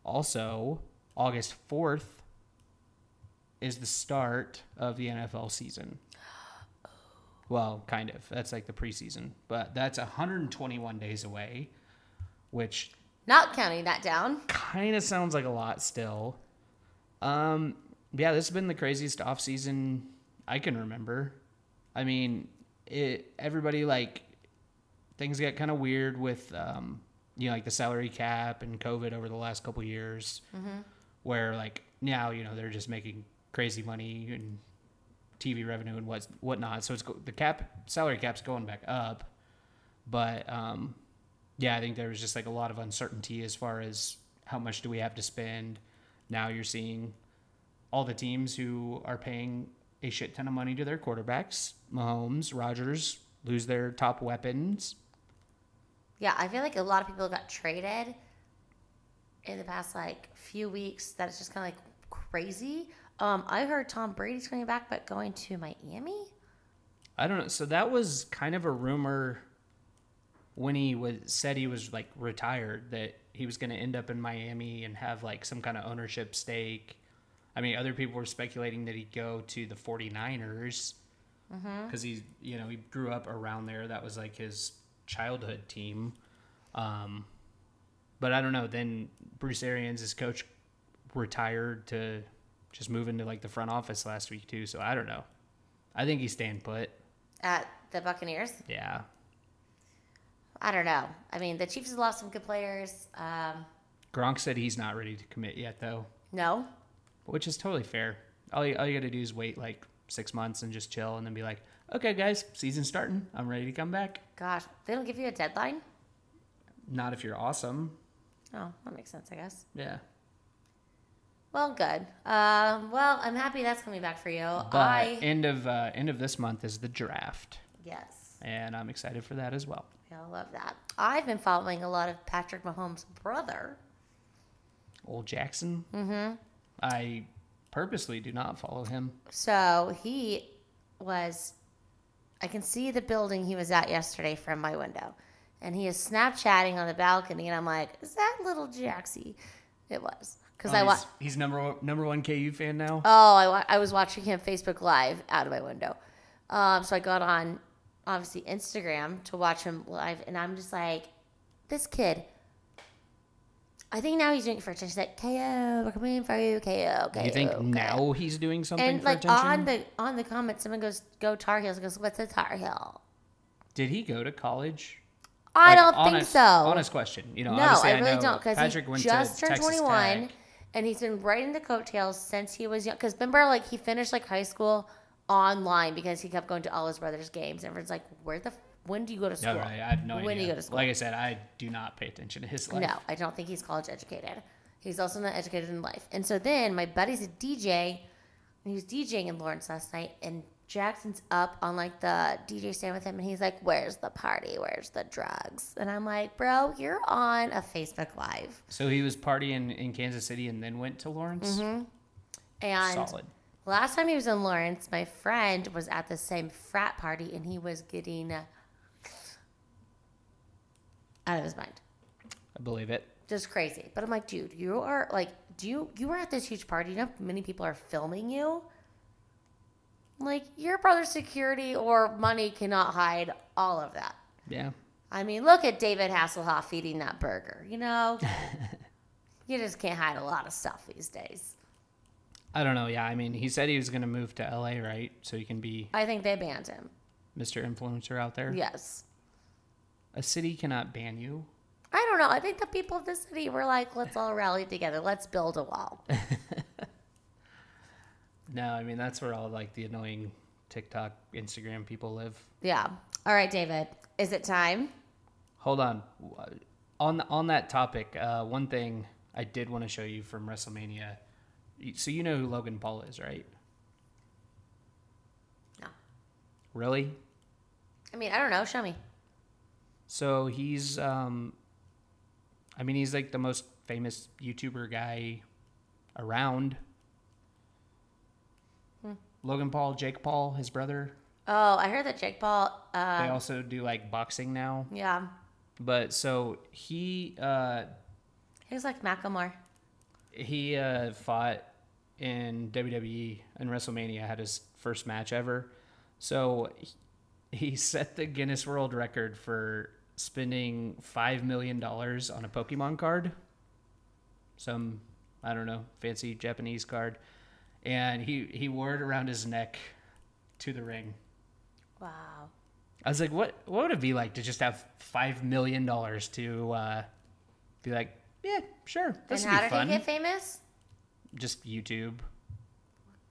also August 4th is the start of the NFL season. Well, kind of. That's like the preseason, but that's 121 days away, which
Not counting that down.
kind of sounds like a lot still. Um, yeah, this has been the craziest off season I can remember. I mean, it everybody like things got kind of weird with um, you know like the salary cap and COVID over the last couple years, where like now you know they're just making crazy money and TV revenue and what whatnot. So it's go- the cap salary cap's going back up, but um, yeah, I think there was just like a lot of uncertainty as far as how much do we have to spend. Now you're seeing all the teams who are paying a shit ton of money to their quarterbacks, Mahomes, Rogers, lose their top weapons.
Yeah, I feel like a lot of people got traded in the past like few weeks. That is just kind of like crazy. Um, I heard Tom Brady's coming back, but going to Miami.
I don't know. So that was kind of a rumor when he was said he was like retired that he was going to end up in Miami and have like some kind of ownership stake. I mean, other people were speculating that he'd go to the 49ers because he's you know he grew up around there. That was like his childhood team. Um, but I don't know. Then Bruce Arians, his coach, retired to just move into like the front office last week too. So I don't know. I think he's staying put.
At the Buccaneers,
Yeah.
I don't know. I mean, the Chiefs have lost some good players. Um,
Gronk said he's not ready to commit yet, though,
no,
which is totally fair. All you, all you got to do is wait like six months and just chill and then be like, okay, guys, season's starting. I'm ready to come back.
gosh, they don't give you a deadline.
Not if you're awesome.
Oh, that makes sense, I guess.
Yeah.
Well, good. Um, well, I'm happy that's coming back for you.
But
I
end of uh, end of this month is the draft,
yes.
and I'm excited for that as well.
Yeah, I love that. I've been following a lot of Patrick Mahomes' brother.
Old Jackson. Mm-hmm. I purposely do not follow him.
So he was, I can see the building he was at yesterday from my window. And he is Snapchatting on the balcony. And I'm like, is that little Jaxie? It was. Because
Oh,
I
he's,
watched.
he's number one, number one KU fan now.
Oh, I, wa- I was watching him Facebook Live out of my window. Um, so I got on, obviously, Instagram to watch him live. And I'm just like, this kid, I think now he's doing it for attention. He's like, KO, we're coming for you, KO, KO.
you think
KO."
now he's doing something
Oh, And
for
like
attention?
on the on the comments, someone goes, "Go Tar Heels." Goes, "What's a Tar Heel?"
Did he go to college?
I
Like,
don't think
honest-
so.
Honest question. You know,
no,
obviously
I really
know
don't because
Patrick
he
went
just
to
turned
Texas
21,
Tech.
and he's been riding the coattails since he was young. Because remember, like he finished like high school online because he kept going to all his brother's games. And everyone's like, "Where the f- when do you go to school?"
No, right, I have no idea.
When do you go to school?
Like I said, I do not pay attention to his life.
No, I don't think he's college educated. He's also not educated in life. And so then my buddy's a DJ, And he was DJing in Lawrence last night, and Jackson's up on like the DJ stand with him, and he's like, "Where's the party? Where's the drugs?" And I'm like, "Bro, you're on a Facebook Live."
So he was partying in Kansas City and then went to Lawrence.
Mm-hmm. And
Solid.
last time he was in Lawrence, my friend was at the same frat party, and he was getting out of his mind.
I believe it.
just crazy. But I'm like, dude, you are like, do you you were at this huge party? You know, how many people are filming you. Like your brother's security or money cannot hide all of that.
Yeah.
I mean, look at David Hasselhoff eating that burger. You know, you just can't hide a lot of stuff these days.
I don't know. Yeah. I mean, he said he was going to move to LA, right? So he can be
I think they banned him.
Mr. Influencer out there.
Yes,
A city cannot ban you.
I don't know. I think the people of the city were like, let's all rally together. Let's build a wall.
No, I mean, that's where all like the annoying TikTok, Instagram people live.
Yeah. All right, David. Is it time?
Hold on. W- On on that topic, uh, one thing I did want to show you from WrestleMania. You- So you know who Logan Paul is, right?
No.
Really?
I mean, I don't know. Show me.
So he's, um, I mean, he's like the most famous YouTuber guy around.
Hmm.
Logan Paul, Jake Paul, his brother.
Oh, I heard that Jake Paul. Uh,
they also do like boxing now.
yeah,
But so he uh,
he was like Macklemore.
he uh, fought in WWE and WrestleMania had his first match ever. So he, he set the Guinness World Record for spending five million dollars on a Pokemon card, some I don't know fancy Japanese card, and he he wore it around his neck to the ring.
Wow.
I was like, what what would it be like to just have five million dollars to uh, be like, yeah, sure, this
and
would
how
be
did
fun.
he get famous?
just YouTube.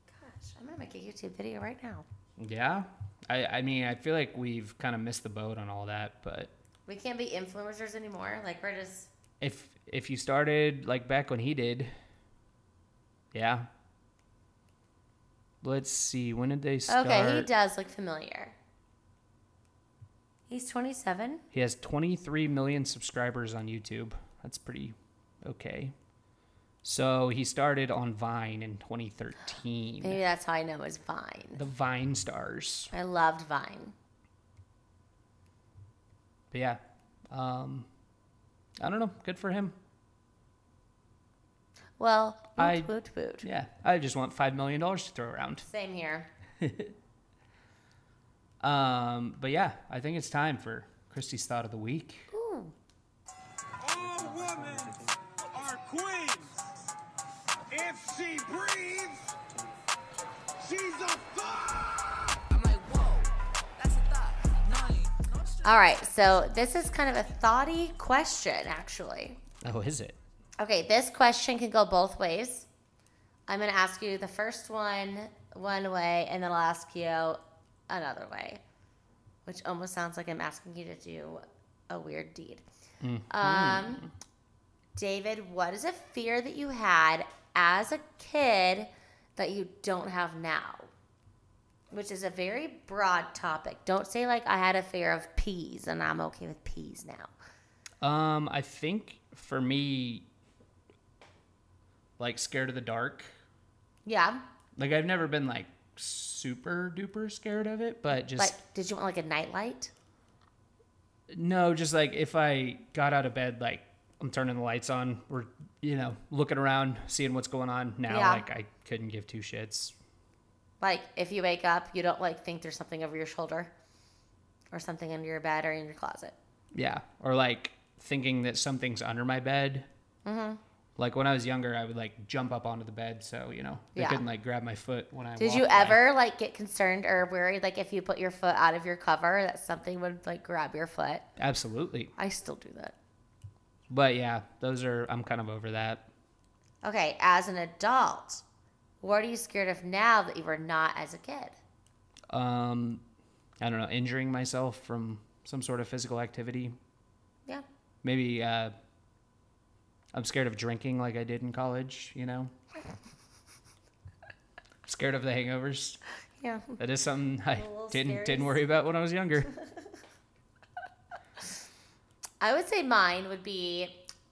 Gosh, I'm gonna make a YouTube video right now.
Yeah. I, I mean, I feel like we've kind of missed the boat on all that, but
We can't be influencers anymore. Like we're just
if if you started like back when he did, yeah. Let's see. When did they start?
okay. He does look familiar. He's 27.
He has 23 million subscribers on YouTube. That's pretty okay. So he started on Vine in 2013.
Maybe that's how I know is Vine.
The Vine stars.
I loved Vine.
But yeah, um, I don't know. Good for him.
Well, woot,
I-
woot, woot.
Yeah, I just want five million dollars to throw around.
Same here.
Um, but yeah, I think it's time for Christy's thought of the week.
Ooh.
All women are queens. If she breathes, she's a thought.
I'm like, whoa, that's a thought. Nine.
All right. So this is kind of a thoughty question, actually.
Oh, is it?
Okay, this question can go both ways. I'm going to ask you the first one one way, and then I'll ask you another way, which almost sounds like I'm asking you to do a weird deed. Um, David, what is a fear that you had as a kid that you don't have now? Which is a very broad topic. Don't say, like, I had a fear of peas and I'm okay with peas now.
Um, I think for me, like scared of the dark.
Yeah.
Like I've never been like super duper scared of it, but just
Like, did you want, like, a nightlight?
no, just like if I got out of bed, like I'm turning the lights on, or you know, looking around, seeing what's going on. Now,
Yeah.
like I couldn't give two shits.
Like if you wake up, you don't like think there's something over your shoulder or something under your bed or in your closet.
Yeah. Or like thinking that something's under my bed. Mm-hmm. Like when I was younger, I would like jump up onto the bed. So, you know, they
Yeah.
couldn't like grab my foot when I
Did you
walked by.
ever like get concerned or worried like if you put your foot out of your cover that something would like grab your foot?
Absolutely.
I still do that.
But yeah, those are, I'm kind of over that.
Okay, as an adult, what are you scared of now that you were not as a kid?
Um, I don't know, injuring myself from some sort of physical activity.
Yeah.
Maybe uh, I'm scared of drinking like I did in college, you know? Scared of the hangovers.
Yeah.
That is something I
little
didn't
scary.
didn't worry about when I was younger.
I would say mine would be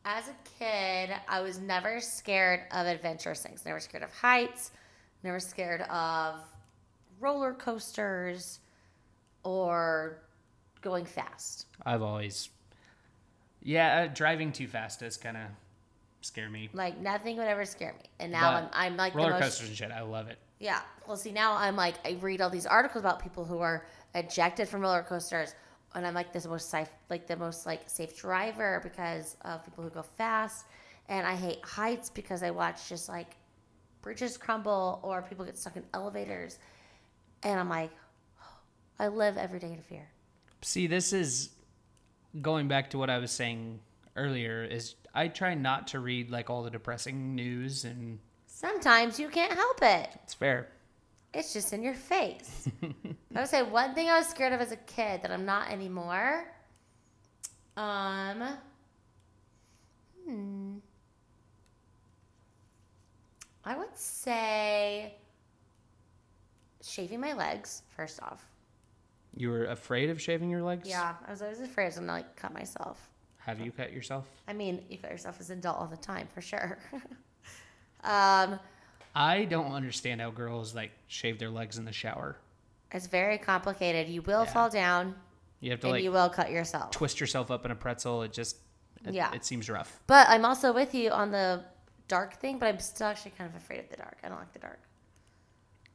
as a kid, I was never scared of adventurous things. Never scared of heights, never scared of roller coasters or going fast.
I've always, yeah, uh, driving too fast does kind of scare me.
Like nothing would ever scare me. And now
But
I'm, I'm like the
roller
most
coasters and shit. I love it.
Yeah. Well, see, now I'm like, I read all these articles about people who are ejected from roller coasters, and I'm like, this most safe, like the most like safe driver because of people who go fast, and I hate heights because I watch just like bridges crumble or people get stuck in elevators, and I'm like, I live every day in fear.
See, this is going back to what I was saying earlier. Is I try not to read like all the depressing news, and
Sometimes you can't help it.
it's fair.
It's just in your face. I would say one thing I was scared of as a kid that I'm not anymore. Um. hmm. I would say shaving my legs first off.
You were afraid of shaving your legs.
Yeah, I was always afraid I was gonna like cut myself.
Have you cut yourself?
I mean, you cut yourself as an adult all the time for sure. um,
I don't understand how girls like shave their legs in the shower.
it's very complicated. You will
Yeah.
fall down
You have to
and
like
you will cut yourself.
twist yourself up in a pretzel. It just, it,
Yeah.
it seems rough.
But I'm also with you on the dark thing, but I'm still actually kind of afraid of the dark. I don't like the dark.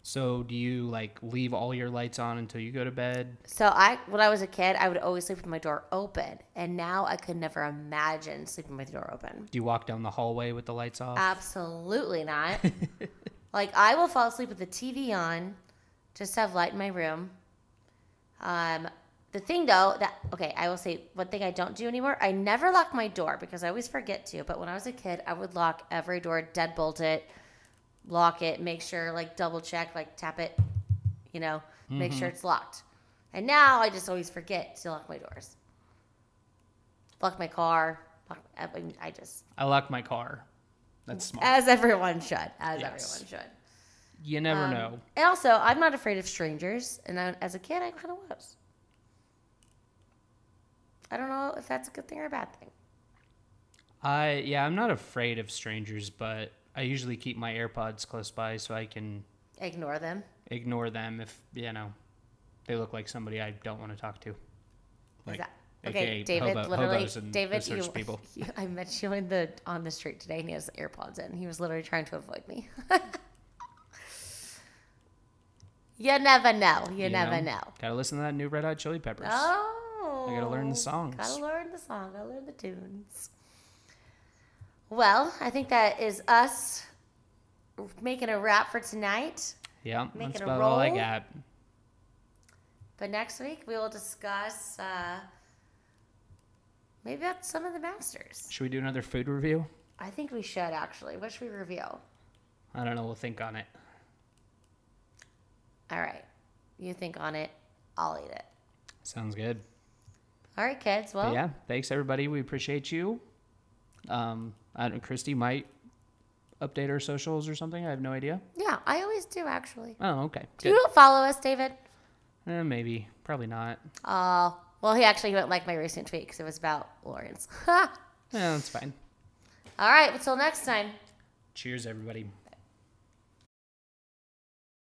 So, do you like leave all your lights on until you go to bed?
So I when I was a kid, I would always sleep with my door open. And now I could never imagine sleeping with the door open.
Do you walk down the hallway with the lights off?
Uh, Absolutely not. like I will fall asleep with the TV on, just to have light in my room. Um the thing though that okay, I will say one thing I don't do anymore. I never lock my door because I always forget to. But when I was a kid, I would lock every door, deadbolt it, lock it, make sure like double check, like tap it, you know, make sure it's locked. And now I just always forget to lock my doors. Lock my car. Lock, I, I mean, I just
I lock my car. That's smart.
as everyone should. As
Yes.
everyone should.
you never
um,
know.
And also, I'm not afraid of strangers. And I, as a kid, I kind of was. I don't know if that's a good thing or a bad thing.
I yeah, I'm not afraid of strangers, but I usually keep my AirPods close by so I can
Ignore them.
ignore them if you know they look like somebody I don't want to talk to. Like,
That-
AKA
Okay, David.
hobo-
literally,
hobos and
David.
those sorts
You,
of people.
you- I met you in the on the street today, and he has AirPods in. He was literally trying to avoid me. you never know. You, never know.
Gotta listen to that new Red Hot Chili Peppers.
Oh.
I gotta learn the songs.
Gotta learn the song. Gotta learn the tunes. Well, I think that is us making a wrap for tonight.
yeah,
Make
that's
it a
about all I
roll.
got.
But next week we will discuss uh, maybe about some of the masters.
Should we do another food review?
I think we should actually. What should we review?
I don't know. We'll think on it.
All right, you think on it. I'll eat it.
Sounds good.
All right, kids. Well,
But yeah, thanks everybody. We appreciate you. Um, I don't, Christy might update our socials or something. I have no idea.
yeah, I always do actually.
Oh, okay.
Do
Good.
you follow us, David?
Eh, maybe. Probably not.
Oh, well, he actually won't like my recent tweet because it was about Lawrence.
Yeah, Eh, that's fine.
All right, until next time.
Cheers, everybody.